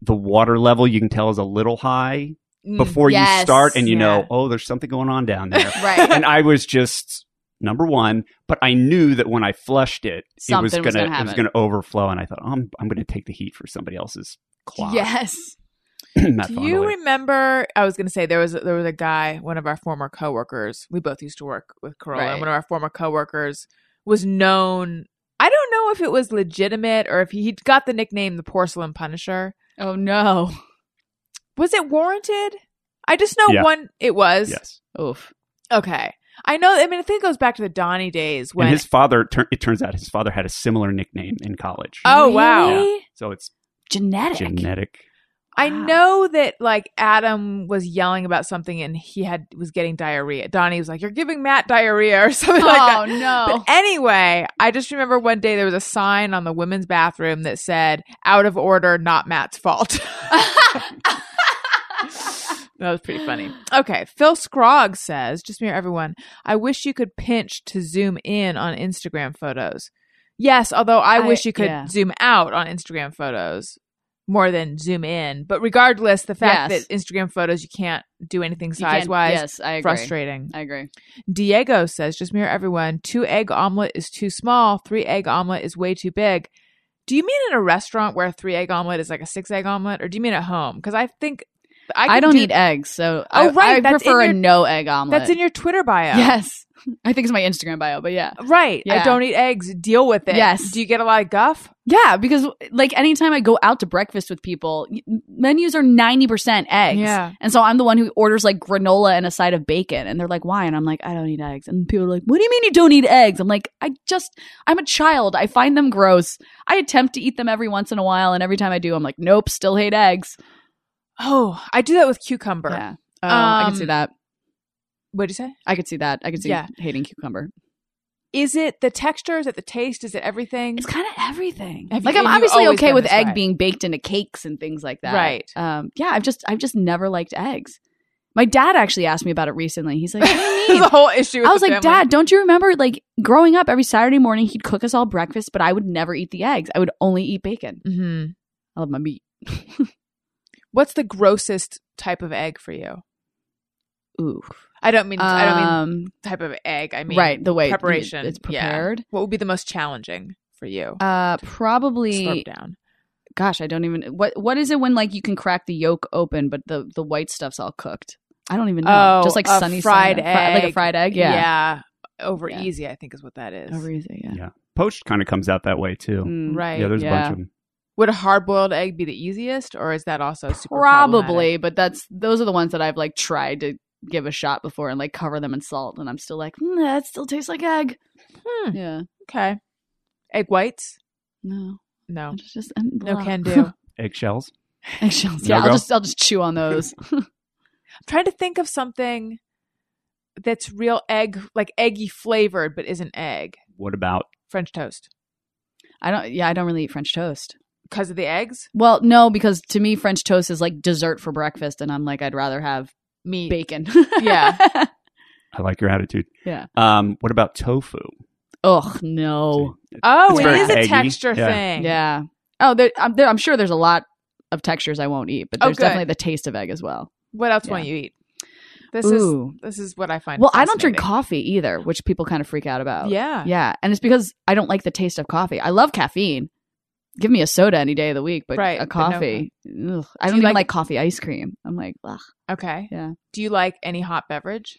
Speaker 5: the water level you can tell is a little high
Speaker 1: Mm.
Speaker 5: before
Speaker 2: yes,
Speaker 5: you start and you
Speaker 1: yeah.
Speaker 5: know, oh, there's something going on down there.
Speaker 2: Right.
Speaker 5: and I was just number one, but I knew that when I flushed it, it was
Speaker 2: Something was
Speaker 5: gonna,
Speaker 2: gonna
Speaker 5: it was
Speaker 2: happen.
Speaker 5: gonna overflow, and I thought, oh, I'm I'm gonna take the heat for somebody else's clock.
Speaker 2: Yes.
Speaker 5: Not
Speaker 1: Do
Speaker 5: fun
Speaker 1: you
Speaker 5: away.
Speaker 1: remember? I was going to say there was there was a guy, one of our former coworkers. We both used to work with Corolla.
Speaker 2: Right.
Speaker 1: And one of our former coworkers was known. I don't know if it was legitimate or if he, he got the nickname the Porcelain Punisher.
Speaker 2: Oh no.
Speaker 1: Was it warranted? I just know
Speaker 5: Yeah.
Speaker 1: one. It was
Speaker 5: yes.
Speaker 2: Oof.
Speaker 1: okay. I know. I mean, I think it goes back to the Donnie days when.
Speaker 5: and his father, tur- it turns out, his father had a similar nickname in college.
Speaker 1: oh wow!
Speaker 5: Really? So it's
Speaker 2: Genetic.
Speaker 5: genetic.
Speaker 1: I
Speaker 2: Wow.
Speaker 1: know that like Adam was yelling about something and he had was getting diarrhea. Donnie was like, "You're giving Matt diarrhea" or something like that.
Speaker 2: oh no.
Speaker 1: But anyway, I just remember one day there was a sign on the women's bathroom that said "out of order, not Matt's fault." that was pretty funny. Okay, Phil Scroggs says, "Just mirror everyone. I wish you could pinch to zoom in on Instagram photos. Yes, although I,
Speaker 2: I-
Speaker 1: wish you could
Speaker 2: yeah.
Speaker 1: zoom out on Instagram photos more than zoom in. But regardless, the fact
Speaker 2: Yes.
Speaker 1: that Instagram photos you can't do anything
Speaker 2: You can't-
Speaker 1: size wise
Speaker 2: Yes, I agree.
Speaker 1: frustrating.
Speaker 2: I agree.
Speaker 1: Diego says, just mirror everyone. Two egg omelet is too small. Three egg omelet is way too big. Do you mean in a restaurant where a three egg omelet is like a six egg omelet, or do you mean at home? Because I think I,
Speaker 2: I,
Speaker 1: could
Speaker 2: don't
Speaker 1: do-
Speaker 2: eat eggs, so
Speaker 1: Oh,
Speaker 2: I,
Speaker 1: right,
Speaker 2: I
Speaker 1: that's in
Speaker 2: prefer
Speaker 1: your-
Speaker 2: a no egg omelet.
Speaker 1: That's in your Twitter bio.
Speaker 2: Yes, I think it's my Instagram bio, but yeah,
Speaker 1: Right. I
Speaker 2: Yeah.
Speaker 1: don't eat eggs. Deal with it.
Speaker 2: Yes.
Speaker 1: Do you get a lot of guff?
Speaker 2: yeah, because like anytime I go out to breakfast with people, y- menus are ninety percent eggs,
Speaker 1: Yeah.
Speaker 2: and so I'm the one who orders like granola and a side of bacon, and they're like, "Why?" and I'm like, "I don't eat eggs," and people are like, "What do you mean you don't eat eggs?" I'm like, "I just, I'm a child. I find them gross. I attempt to eat them every once in a while, and every time I do, I'm like, nope, still hate eggs."
Speaker 1: Oh, I do that with cucumber.
Speaker 2: Yeah, oh, I
Speaker 1: Um,
Speaker 2: can see that.
Speaker 1: What'd you say?
Speaker 2: I could see that. I could see
Speaker 1: Yeah.
Speaker 2: hating cucumber.
Speaker 1: Is it the texture? Is it the taste? Is it everything?
Speaker 2: It's kind of everything.
Speaker 1: Have you-
Speaker 2: like
Speaker 1: and
Speaker 2: I'm
Speaker 1: you've
Speaker 2: obviously
Speaker 1: always
Speaker 2: okay
Speaker 1: been
Speaker 2: with
Speaker 1: this
Speaker 2: egg
Speaker 1: way.
Speaker 2: being baked into cakes and things like that.
Speaker 1: Right.
Speaker 2: Um, yeah, I've just I've just never liked eggs. My dad actually asked me about it recently. He's like, "What do you
Speaker 1: There's
Speaker 2: mean?"
Speaker 1: a whole issue. With
Speaker 2: I was
Speaker 1: the
Speaker 2: like,
Speaker 1: family.
Speaker 2: "Dad, don't you remember like growing up every Saturday morning he'd cook us all breakfast, but I would never eat the eggs. I would only eat bacon.
Speaker 1: Mhm.
Speaker 2: I love my meat."
Speaker 1: What's the grossest type of egg for you?
Speaker 2: Ooh.
Speaker 1: I don't mean I don't mean
Speaker 2: Um,
Speaker 1: type of egg. I mean
Speaker 2: right, the way it-
Speaker 1: preparation.
Speaker 2: it's
Speaker 1: Yeah.
Speaker 2: prepared.
Speaker 1: What would be the most challenging for you?
Speaker 2: Uh
Speaker 1: Slurp
Speaker 2: probably
Speaker 1: down.
Speaker 2: gosh, I don't even what what is it when like you can crack the yolk open but the the white stuff's all cooked? I don't even
Speaker 1: Oh,
Speaker 2: know. Just like
Speaker 1: a
Speaker 2: sunny
Speaker 1: fried
Speaker 2: side up. Fri- like a
Speaker 1: egg.
Speaker 2: fried egg. Yeah.
Speaker 1: Over
Speaker 2: Yeah.
Speaker 1: easy, I think is what that is.
Speaker 2: Over e-, easy, yeah.
Speaker 5: Poached kind of comes out that way too.
Speaker 2: Mm.
Speaker 1: Right.
Speaker 5: Yeah, there's a bunch
Speaker 2: yeah.
Speaker 5: of them.
Speaker 1: Would a hard boiled egg be the easiest, or is that also super problematic?
Speaker 2: Probably, but that's those are the ones that I've like tried to give a shot before and like cover them in salt, and I'm still like, mm, that still tastes like egg.
Speaker 1: Hmm,
Speaker 2: Yeah,
Speaker 1: okay. Egg whites?
Speaker 2: no,
Speaker 1: No.
Speaker 2: it's just
Speaker 1: No
Speaker 2: blah.
Speaker 1: can do. I'm
Speaker 5: Eggshells.
Speaker 2: Eggshells.
Speaker 5: No
Speaker 2: Yeah,
Speaker 5: go?
Speaker 2: I'll just I'll just chew on those.
Speaker 1: trying to think of something that's real egg, like eggy flavored, but isn't egg.
Speaker 5: What about
Speaker 1: French toast.
Speaker 2: I don't. Yeah, I don't really eat French toast.
Speaker 1: Because of the eggs?
Speaker 2: Well, no, because to me French toast is like dessert for breakfast, and I'm like, I'd rather have
Speaker 1: Meat.
Speaker 2: bacon.
Speaker 1: Yeah.
Speaker 5: I like your attitude.
Speaker 2: Yeah.
Speaker 5: Um, what about tofu?
Speaker 2: Ugh, no.
Speaker 1: Oh,
Speaker 5: It's
Speaker 1: it
Speaker 5: very
Speaker 1: is a
Speaker 5: eggy.
Speaker 1: texture
Speaker 5: Yeah.
Speaker 1: thing.
Speaker 2: Yeah. Oh, there, I'm, there, I'm sure there's a lot of textures I won't eat, but
Speaker 1: Oh,
Speaker 2: there's
Speaker 1: good.
Speaker 2: definitely the taste of egg as well.
Speaker 1: What else
Speaker 2: Yeah.
Speaker 1: won't you eat? This is
Speaker 2: Ooh.
Speaker 1: this is what I find.
Speaker 2: well, I don't drink
Speaker 1: fascinating.
Speaker 2: coffee either, which people kind of freak out about.
Speaker 1: Yeah.
Speaker 2: Yeah. And it's because I don't like the taste of coffee. I love caffeine. Give me a soda any day of the week, but
Speaker 1: Right,
Speaker 2: a
Speaker 1: but no
Speaker 2: coffee. ugh. I
Speaker 1: Do
Speaker 2: don't
Speaker 1: you
Speaker 2: even
Speaker 1: like-
Speaker 2: like, coffee ice cream. I'm like, ugh.
Speaker 1: Okay.
Speaker 2: Yeah.
Speaker 1: Do you like any hot beverage?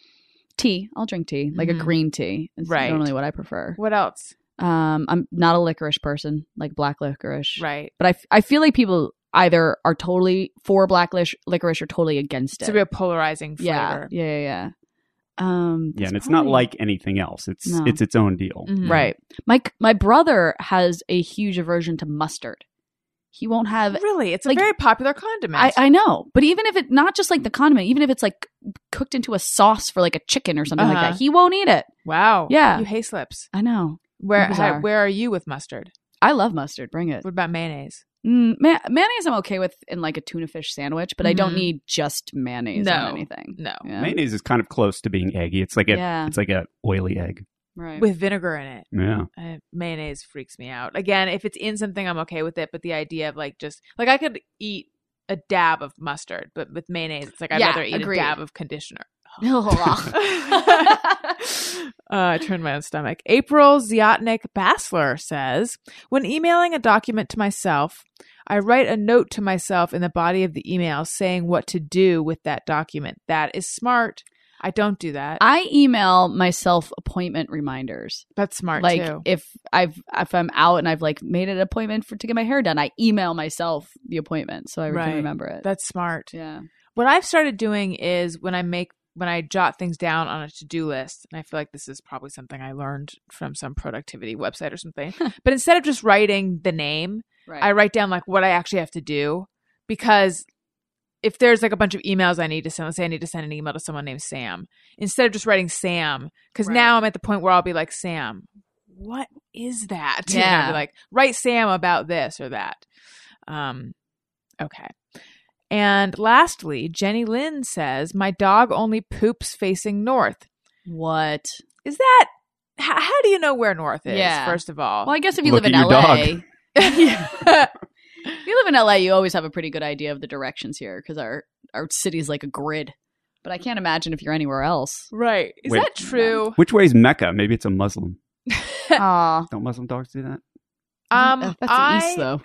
Speaker 2: Tea. I'll drink tea, like
Speaker 1: Mhm.
Speaker 2: a green tea. It's
Speaker 1: Right.
Speaker 2: normally what I prefer.
Speaker 1: What else?
Speaker 2: Um, I'm not a licorice person, like black licorice.
Speaker 1: Right.
Speaker 2: But I, f- I feel like people either are totally for black lish- licorice or totally against
Speaker 1: It's
Speaker 2: it.
Speaker 1: a real polarizing
Speaker 2: yeah,
Speaker 1: flavor.
Speaker 2: yeah, yeah, yeah. Um,
Speaker 5: Yeah,
Speaker 2: that's
Speaker 5: and it's not
Speaker 2: probably-
Speaker 5: like anything else. It's
Speaker 2: No. Mm-hmm.
Speaker 5: it's its own deal.
Speaker 1: Mhm.
Speaker 2: Right. My my brother has a huge aversion to mustard. He won't have.
Speaker 1: Really, it's
Speaker 2: Like-
Speaker 1: a very popular condiment.
Speaker 2: I, I know, but even if it not
Speaker 1: Mm.
Speaker 2: just like the condiment, even if it's like cooked into a sauce for like a chicken or something like
Speaker 1: Uh-huh.
Speaker 2: that, he won't eat it.
Speaker 1: wow.
Speaker 2: Yeah.
Speaker 1: You hay slips.
Speaker 2: I know.
Speaker 1: Where
Speaker 2: Bizarre.
Speaker 1: how- where are you with mustard?
Speaker 2: I love mustard. Bring it.
Speaker 1: What about mayonnaise?
Speaker 2: Mm, ma- mayonnaise, I'm okay with in like a tuna fish sandwich, but I
Speaker 1: Mhm.
Speaker 2: don't need just mayonnaise
Speaker 1: No.
Speaker 2: on anything.
Speaker 1: No.
Speaker 2: Yeah.
Speaker 5: Mayonnaise is kind of close to being eggy. It's like a
Speaker 2: Yeah.
Speaker 5: it's like a oily egg.
Speaker 2: Right.
Speaker 1: With vinegar in it.
Speaker 5: Yeah.
Speaker 1: I, mayonnaise freaks me out. Again, if it's in something, I'm okay with it. But the idea of like just like I could eat a dab of mustard, but with mayonnaise, it's like I'd
Speaker 2: Yeah,
Speaker 1: rather eat
Speaker 2: agreed.
Speaker 1: a dab of conditioner.
Speaker 2: Ugh.
Speaker 1: uh, I turned my own stomach. April Ziotnik Bassler says, When emailing a document to myself, I write a note to myself in the body of the email saying what to do with that document. That is smart. I don't do that.
Speaker 2: I email myself appointment reminders.
Speaker 1: That's smart
Speaker 2: like
Speaker 1: too.
Speaker 2: if I've if I'm out and I've like made an appointment for to get my hair done, I email myself the appointment so I
Speaker 1: Right.
Speaker 2: can remember it.
Speaker 1: That's smart.
Speaker 2: yeah.
Speaker 1: What I've started doing is when I make when I jot things down on a to-do list, and I feel like this is probably something I learned from some productivity website or something. but instead of just writing the name,
Speaker 2: Right.
Speaker 1: I write down like what I actually have to do because if there's like a bunch of emails I need to send, let's say I need to send an email to someone named Sam, instead of just writing Sam, because
Speaker 2: Right.
Speaker 1: now I'm at the point where I'll be like, Sam, what is that? And I'll
Speaker 2: Yeah.
Speaker 1: be like, write Sam about this or that. Um, okay. And lastly, Jenny Lynn says, My dog only poops facing north.
Speaker 2: what?
Speaker 1: Is that how, how do you know where north is?
Speaker 2: Yeah.
Speaker 1: First of all,
Speaker 2: Well, I guess if you
Speaker 5: Look
Speaker 2: live in
Speaker 5: at your
Speaker 2: LA,
Speaker 5: dog.
Speaker 2: if you live in LA, you always have a pretty good idea of the directions here because our our city's like a grid. But I can't imagine if you're anywhere else.
Speaker 1: right? Is
Speaker 5: Wait.
Speaker 1: that true?
Speaker 5: Which way is Mecca? Maybe it's a Muslim.
Speaker 2: Aw,
Speaker 5: Don't Muslim dogs do that? Mm,
Speaker 1: Um,
Speaker 2: Uh, that's
Speaker 1: I
Speaker 2: the east though.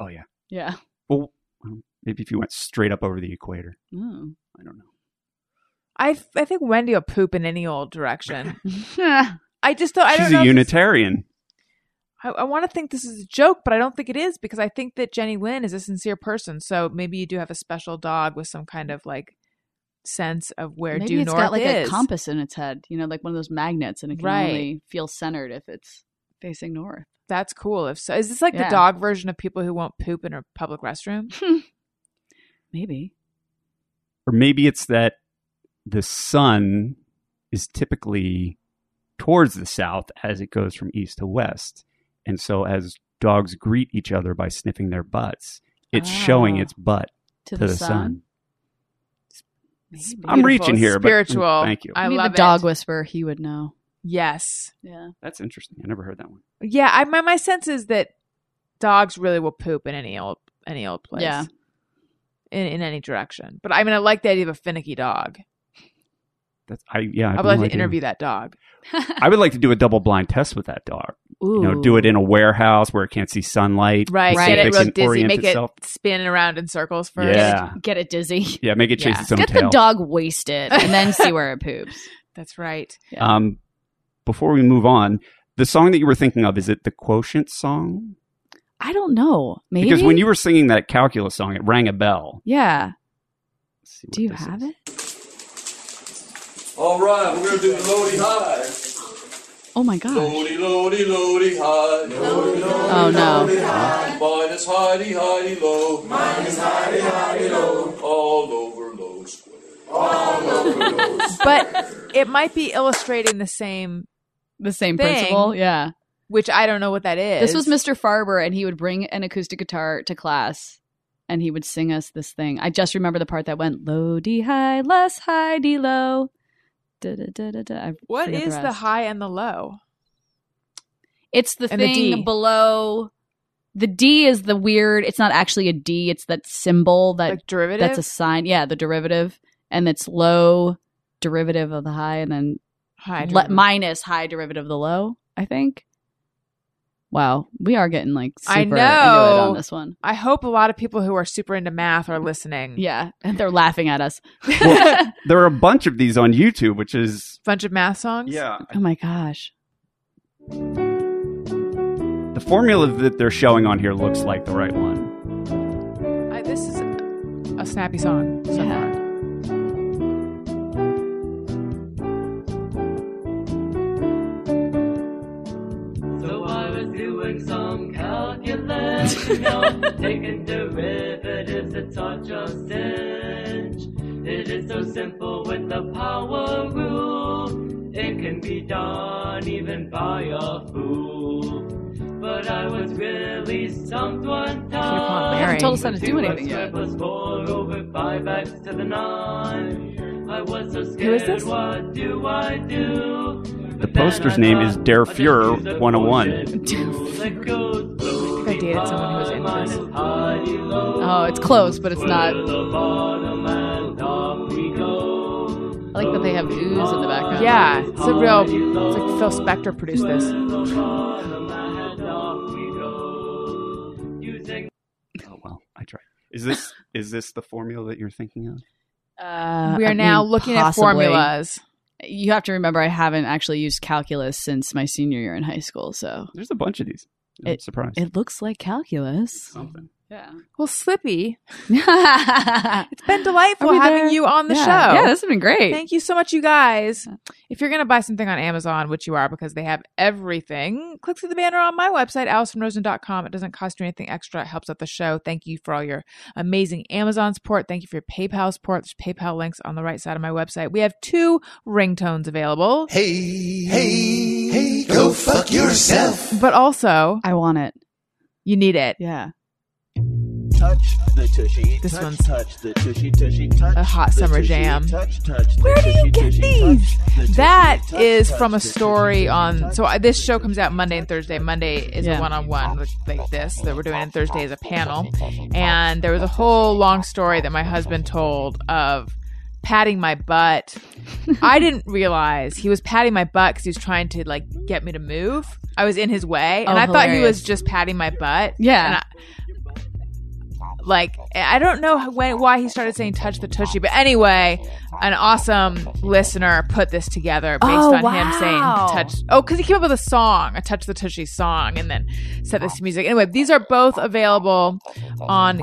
Speaker 5: Oh yeah.
Speaker 2: Yeah.
Speaker 5: Well, um, maybe if you went straight up over the equator.
Speaker 2: Mm.
Speaker 5: I don't know.
Speaker 1: I, f- I think Wendy will poop in any old direction.
Speaker 2: I
Speaker 1: I just don't. I don't
Speaker 5: She's
Speaker 1: know.
Speaker 5: a
Speaker 1: if this-
Speaker 5: Unitarian.
Speaker 1: I, I want to think this is a joke, but I don't think it is because I think that Jenny Lynn is a sincere person. So maybe you do have a special dog with some kind of like sense of where
Speaker 2: Maybe
Speaker 1: due
Speaker 2: it's
Speaker 1: north
Speaker 2: got like
Speaker 1: is.
Speaker 2: a compass in its head, you know, like one of those magnets, and it can
Speaker 1: Right.
Speaker 2: only feel centered if it's facing north.
Speaker 1: That's cool. If so, is this like
Speaker 2: Yeah.
Speaker 1: the dog version of people who won't poop in a public restroom?
Speaker 2: Maybe.
Speaker 5: Or maybe it's that the sun is typically towards the south as it goes from east to west. And so as dogs greet each other by sniffing their butts, it's showing
Speaker 2: Ah.
Speaker 5: its butt
Speaker 2: To,
Speaker 5: to, the, sun.
Speaker 2: Maybe.
Speaker 1: Beautiful,
Speaker 5: I'm reaching here, but-
Speaker 1: Spiritual.
Speaker 5: thank you.
Speaker 1: I
Speaker 2: Maybe
Speaker 1: love
Speaker 2: the dog
Speaker 1: It.
Speaker 2: whisperer. He would know.
Speaker 1: Yes.
Speaker 2: Yeah.
Speaker 5: That's interesting. I never heard that one.
Speaker 1: Yeah. I my my sense is that dogs really will poop in any old any old place.
Speaker 2: Yeah.
Speaker 1: In in any direction. But I mean, I like the idea of a finicky dog.
Speaker 5: That's I yeah. I
Speaker 1: I
Speaker 5: have
Speaker 1: would like
Speaker 5: no
Speaker 1: to
Speaker 5: idea.
Speaker 1: interview that dog.
Speaker 5: I would like to do a double blind test with that dog.
Speaker 2: Ooh.
Speaker 5: You know, do it in a warehouse where it can't see sunlight.
Speaker 1: Right.
Speaker 5: see
Speaker 2: Right.
Speaker 1: Get
Speaker 5: if
Speaker 2: They
Speaker 1: it
Speaker 5: can
Speaker 1: real dizzy.
Speaker 5: orient
Speaker 1: Make
Speaker 5: itself.
Speaker 1: it spin around in circles first.
Speaker 5: Yeah.
Speaker 2: Get it dizzy.
Speaker 5: Yeah, make it chase
Speaker 1: Yeah.
Speaker 5: its own
Speaker 2: Get
Speaker 5: tail.
Speaker 2: the dog wasted and then see where it poops.
Speaker 1: That's right.
Speaker 5: Um, before we move on, the song that you were thinking of is it the quotient song?
Speaker 2: I don't know. Maybe
Speaker 5: Because when you were singing that calculus song, it rang a bell.
Speaker 2: yeah.
Speaker 5: Let's see
Speaker 2: Do
Speaker 5: what
Speaker 2: you
Speaker 5: this
Speaker 2: have
Speaker 5: is.
Speaker 2: it?
Speaker 6: All right, we're gonna do Lodi High.
Speaker 2: Oh my gosh.
Speaker 6: Lodi, Lodi, Lodi High. Lodi, Lodi.
Speaker 2: Oh no.
Speaker 6: Minus Heidi, Heidi, Low. Minus Heidi, Heidi, Low. All over Low Square.
Speaker 1: But it might be illustrating the same,
Speaker 2: The same
Speaker 1: Thing.
Speaker 2: principle. Yeah.
Speaker 1: which I don't know what that is.
Speaker 2: This was Mr. Farber, and he would bring an acoustic guitar to class, and he would sing us this thing. I just remember the part that went low, D high, less high, D low. Da, da, da, da, da. I
Speaker 1: What
Speaker 2: forget
Speaker 1: is the,
Speaker 2: rest.
Speaker 1: high and the low?
Speaker 2: It's the
Speaker 1: and the
Speaker 2: thing
Speaker 1: D?
Speaker 2: below. The D is the weird. It's not actually a D. It's that symbol that
Speaker 1: like derivative.
Speaker 2: that's a sign. Yeah, the derivative, and it's low derivative of the high, and then
Speaker 1: high.
Speaker 2: le-
Speaker 1: derivative.
Speaker 2: minus high derivative of the low. I think. Wow, we are getting like super
Speaker 1: I
Speaker 2: into it
Speaker 1: know.
Speaker 2: on this one.
Speaker 1: I hope a lot of people who are super into math are listening.
Speaker 2: Yeah, and they're laughing at us.
Speaker 5: Well- There are a bunch of these on YouTube, which is
Speaker 1: bunch of math songs.
Speaker 5: yeah.
Speaker 2: oh my gosh.
Speaker 5: The formula that they're showing on here looks like the right one.
Speaker 1: I, this is a, snappy song. So
Speaker 2: Yeah.
Speaker 1: far.
Speaker 7: So I was doing some calculus, you know, taking derivatives, it's such a cinch. It is so simple with the power rule, it can be done even by a fool. But I was really stumped one
Speaker 1: on
Speaker 7: time.
Speaker 1: marrying.
Speaker 2: Told us how to do anything
Speaker 7: Two x
Speaker 2: yet.
Speaker 7: squared plus four over five x to the nine. I was so scared.
Speaker 1: is this?
Speaker 7: What do I do?
Speaker 5: The poster's name is Der oh Fuhrer 101.
Speaker 1: I think I dated someone who was into this.
Speaker 2: Oh, it's close, but it's not. I like that they have ooze in the background.
Speaker 1: Yeah, it's a real. It's like Phil Spector produced this.
Speaker 5: Oh well, I tried. Is this is this the formula that you're thinking of?
Speaker 2: Uh,
Speaker 1: We
Speaker 2: I
Speaker 1: are now
Speaker 2: mean,
Speaker 1: looking
Speaker 2: possibly.
Speaker 1: at formulas.
Speaker 2: You have to remember, I haven't actually used calculus since my senior year in high school, so
Speaker 5: There's a bunch of these. I'm surprised.
Speaker 2: it looks like calculus.
Speaker 5: Something.
Speaker 2: Yeah.
Speaker 1: Well, Slippy,
Speaker 2: it's
Speaker 1: it's been delightful
Speaker 2: Are we
Speaker 1: having
Speaker 2: there?
Speaker 1: you on the
Speaker 2: yeah.
Speaker 1: show.
Speaker 2: Yeah, this has been great.
Speaker 1: Thank you so much, you guys. If you're going to buy something on Amazon, which you are because they have everything, click through the banner on my website, AllisonRosen.com. It doesn't cost you anything extra. It helps out the show. Thank you for all your amazing Amazon support. Thank you for your PayPal support. There's PayPal links on the right side of my website. We have two ringtones available,
Speaker 3: Hey, hey, hey, go fuck yourself.
Speaker 1: but also
Speaker 2: I want it.
Speaker 1: you need it.
Speaker 2: Yeah.
Speaker 8: touch the tushy.
Speaker 1: This
Speaker 8: touch,
Speaker 1: one's
Speaker 8: touch the tushy, tushy, touch
Speaker 1: a hot
Speaker 8: the
Speaker 1: summer
Speaker 8: tushy,
Speaker 1: jam.
Speaker 8: Touch, touch the
Speaker 1: Where do you
Speaker 8: tushy,
Speaker 1: get
Speaker 8: tushy,
Speaker 1: these?
Speaker 8: touch the tushy,
Speaker 1: That
Speaker 8: touch,
Speaker 1: is
Speaker 8: touch
Speaker 1: from a
Speaker 8: the
Speaker 1: story
Speaker 8: tushy,
Speaker 1: on.
Speaker 8: touch
Speaker 1: So I, this show comes out Monday and Thursday. Monday is
Speaker 2: Yeah.
Speaker 1: a one-on-one with, like this that we're doing, and Thursday is a panel. And there was a whole long story that my husband told of patting my butt. I didn't realize he was patting my butt because he was trying to like get me to move. I was in his way, and
Speaker 2: Oh,
Speaker 1: I thought he
Speaker 2: hilarious.
Speaker 1: was just patting my butt.
Speaker 2: Yeah.
Speaker 1: And I, like I don't know when why he started saying touch the tushy, but anyway, an awesome listener put this together based
Speaker 2: Oh,
Speaker 1: on him saying
Speaker 2: wow.
Speaker 1: touch. Oh, because he came up with a song, a touch the tushy song, and then set this to music. Anyway, these are both available on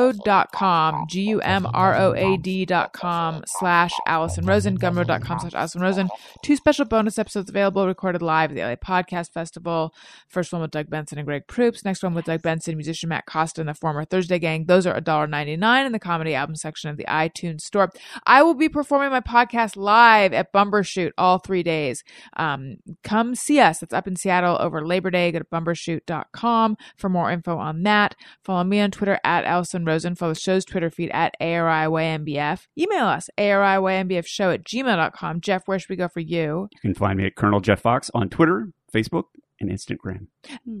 Speaker 1: gumroad.com, G U M R O A D.com slash Allison Rosen, gumroad.com slash Allison Rosen. Two special bonus episodes available, recorded live at the LA Podcast Festival. First one with Doug Benson and Greg Proops. Next one with Doug Benson, musician Matt Costa, and the former Thursday Gang. Those are $1.99 in the comedy album section of the iTunes store. I will be performing my podcast live at Bumbershoot all three days. Um, come see us. It's up in Seattle over Labor Day. Go to bumbershoot.com for more info on that. Follow me on Twitter at Allison Rosen. Follow the show's Twitter feed at ARIYMBF. Email us, ARIYMBFshow at gmail.com. Jeff, where should we go for you?
Speaker 5: You can find me at Colonel Jeff Fox on Twitter, Facebook, and Instagram.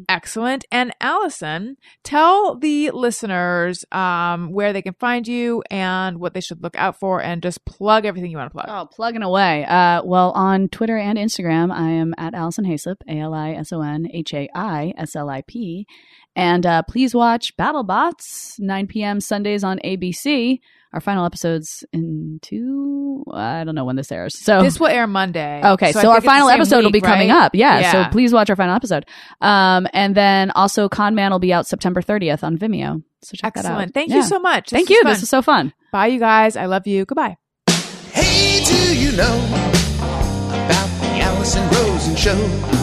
Speaker 1: Excellent. And Allison, tell the listeners um, where they can find you and what they should look out for and just plug everything you want to plug.
Speaker 2: Oh, plugging away. Uh, well, on Twitter and Instagram, I am at Allison Hayslip, A L I S O N H A I S L I P. And uh, please watch Battle Bots, 9 p.m. Sundays on ABC. Our final episode's in two, I don't know when this airs. So
Speaker 1: This will air Monday.
Speaker 2: Oh. Okay, so,
Speaker 1: I
Speaker 2: our
Speaker 1: think it's the
Speaker 2: final
Speaker 1: same
Speaker 2: episode will be
Speaker 1: week,
Speaker 2: coming
Speaker 1: right?
Speaker 2: up. Yeah,
Speaker 1: Yeah.
Speaker 2: so please watch our final episode. Um, and then also Con Man will be out September 30th on Vimeo. So check that out.
Speaker 1: Excellent. Thank
Speaker 2: Yeah.
Speaker 1: you so much. This
Speaker 2: Thank
Speaker 1: was
Speaker 2: you.
Speaker 1: fun.
Speaker 2: This is so fun.
Speaker 1: Bye, you guys. I love you. Goodbye.
Speaker 3: Hey, do you know about the Allison Rosen show?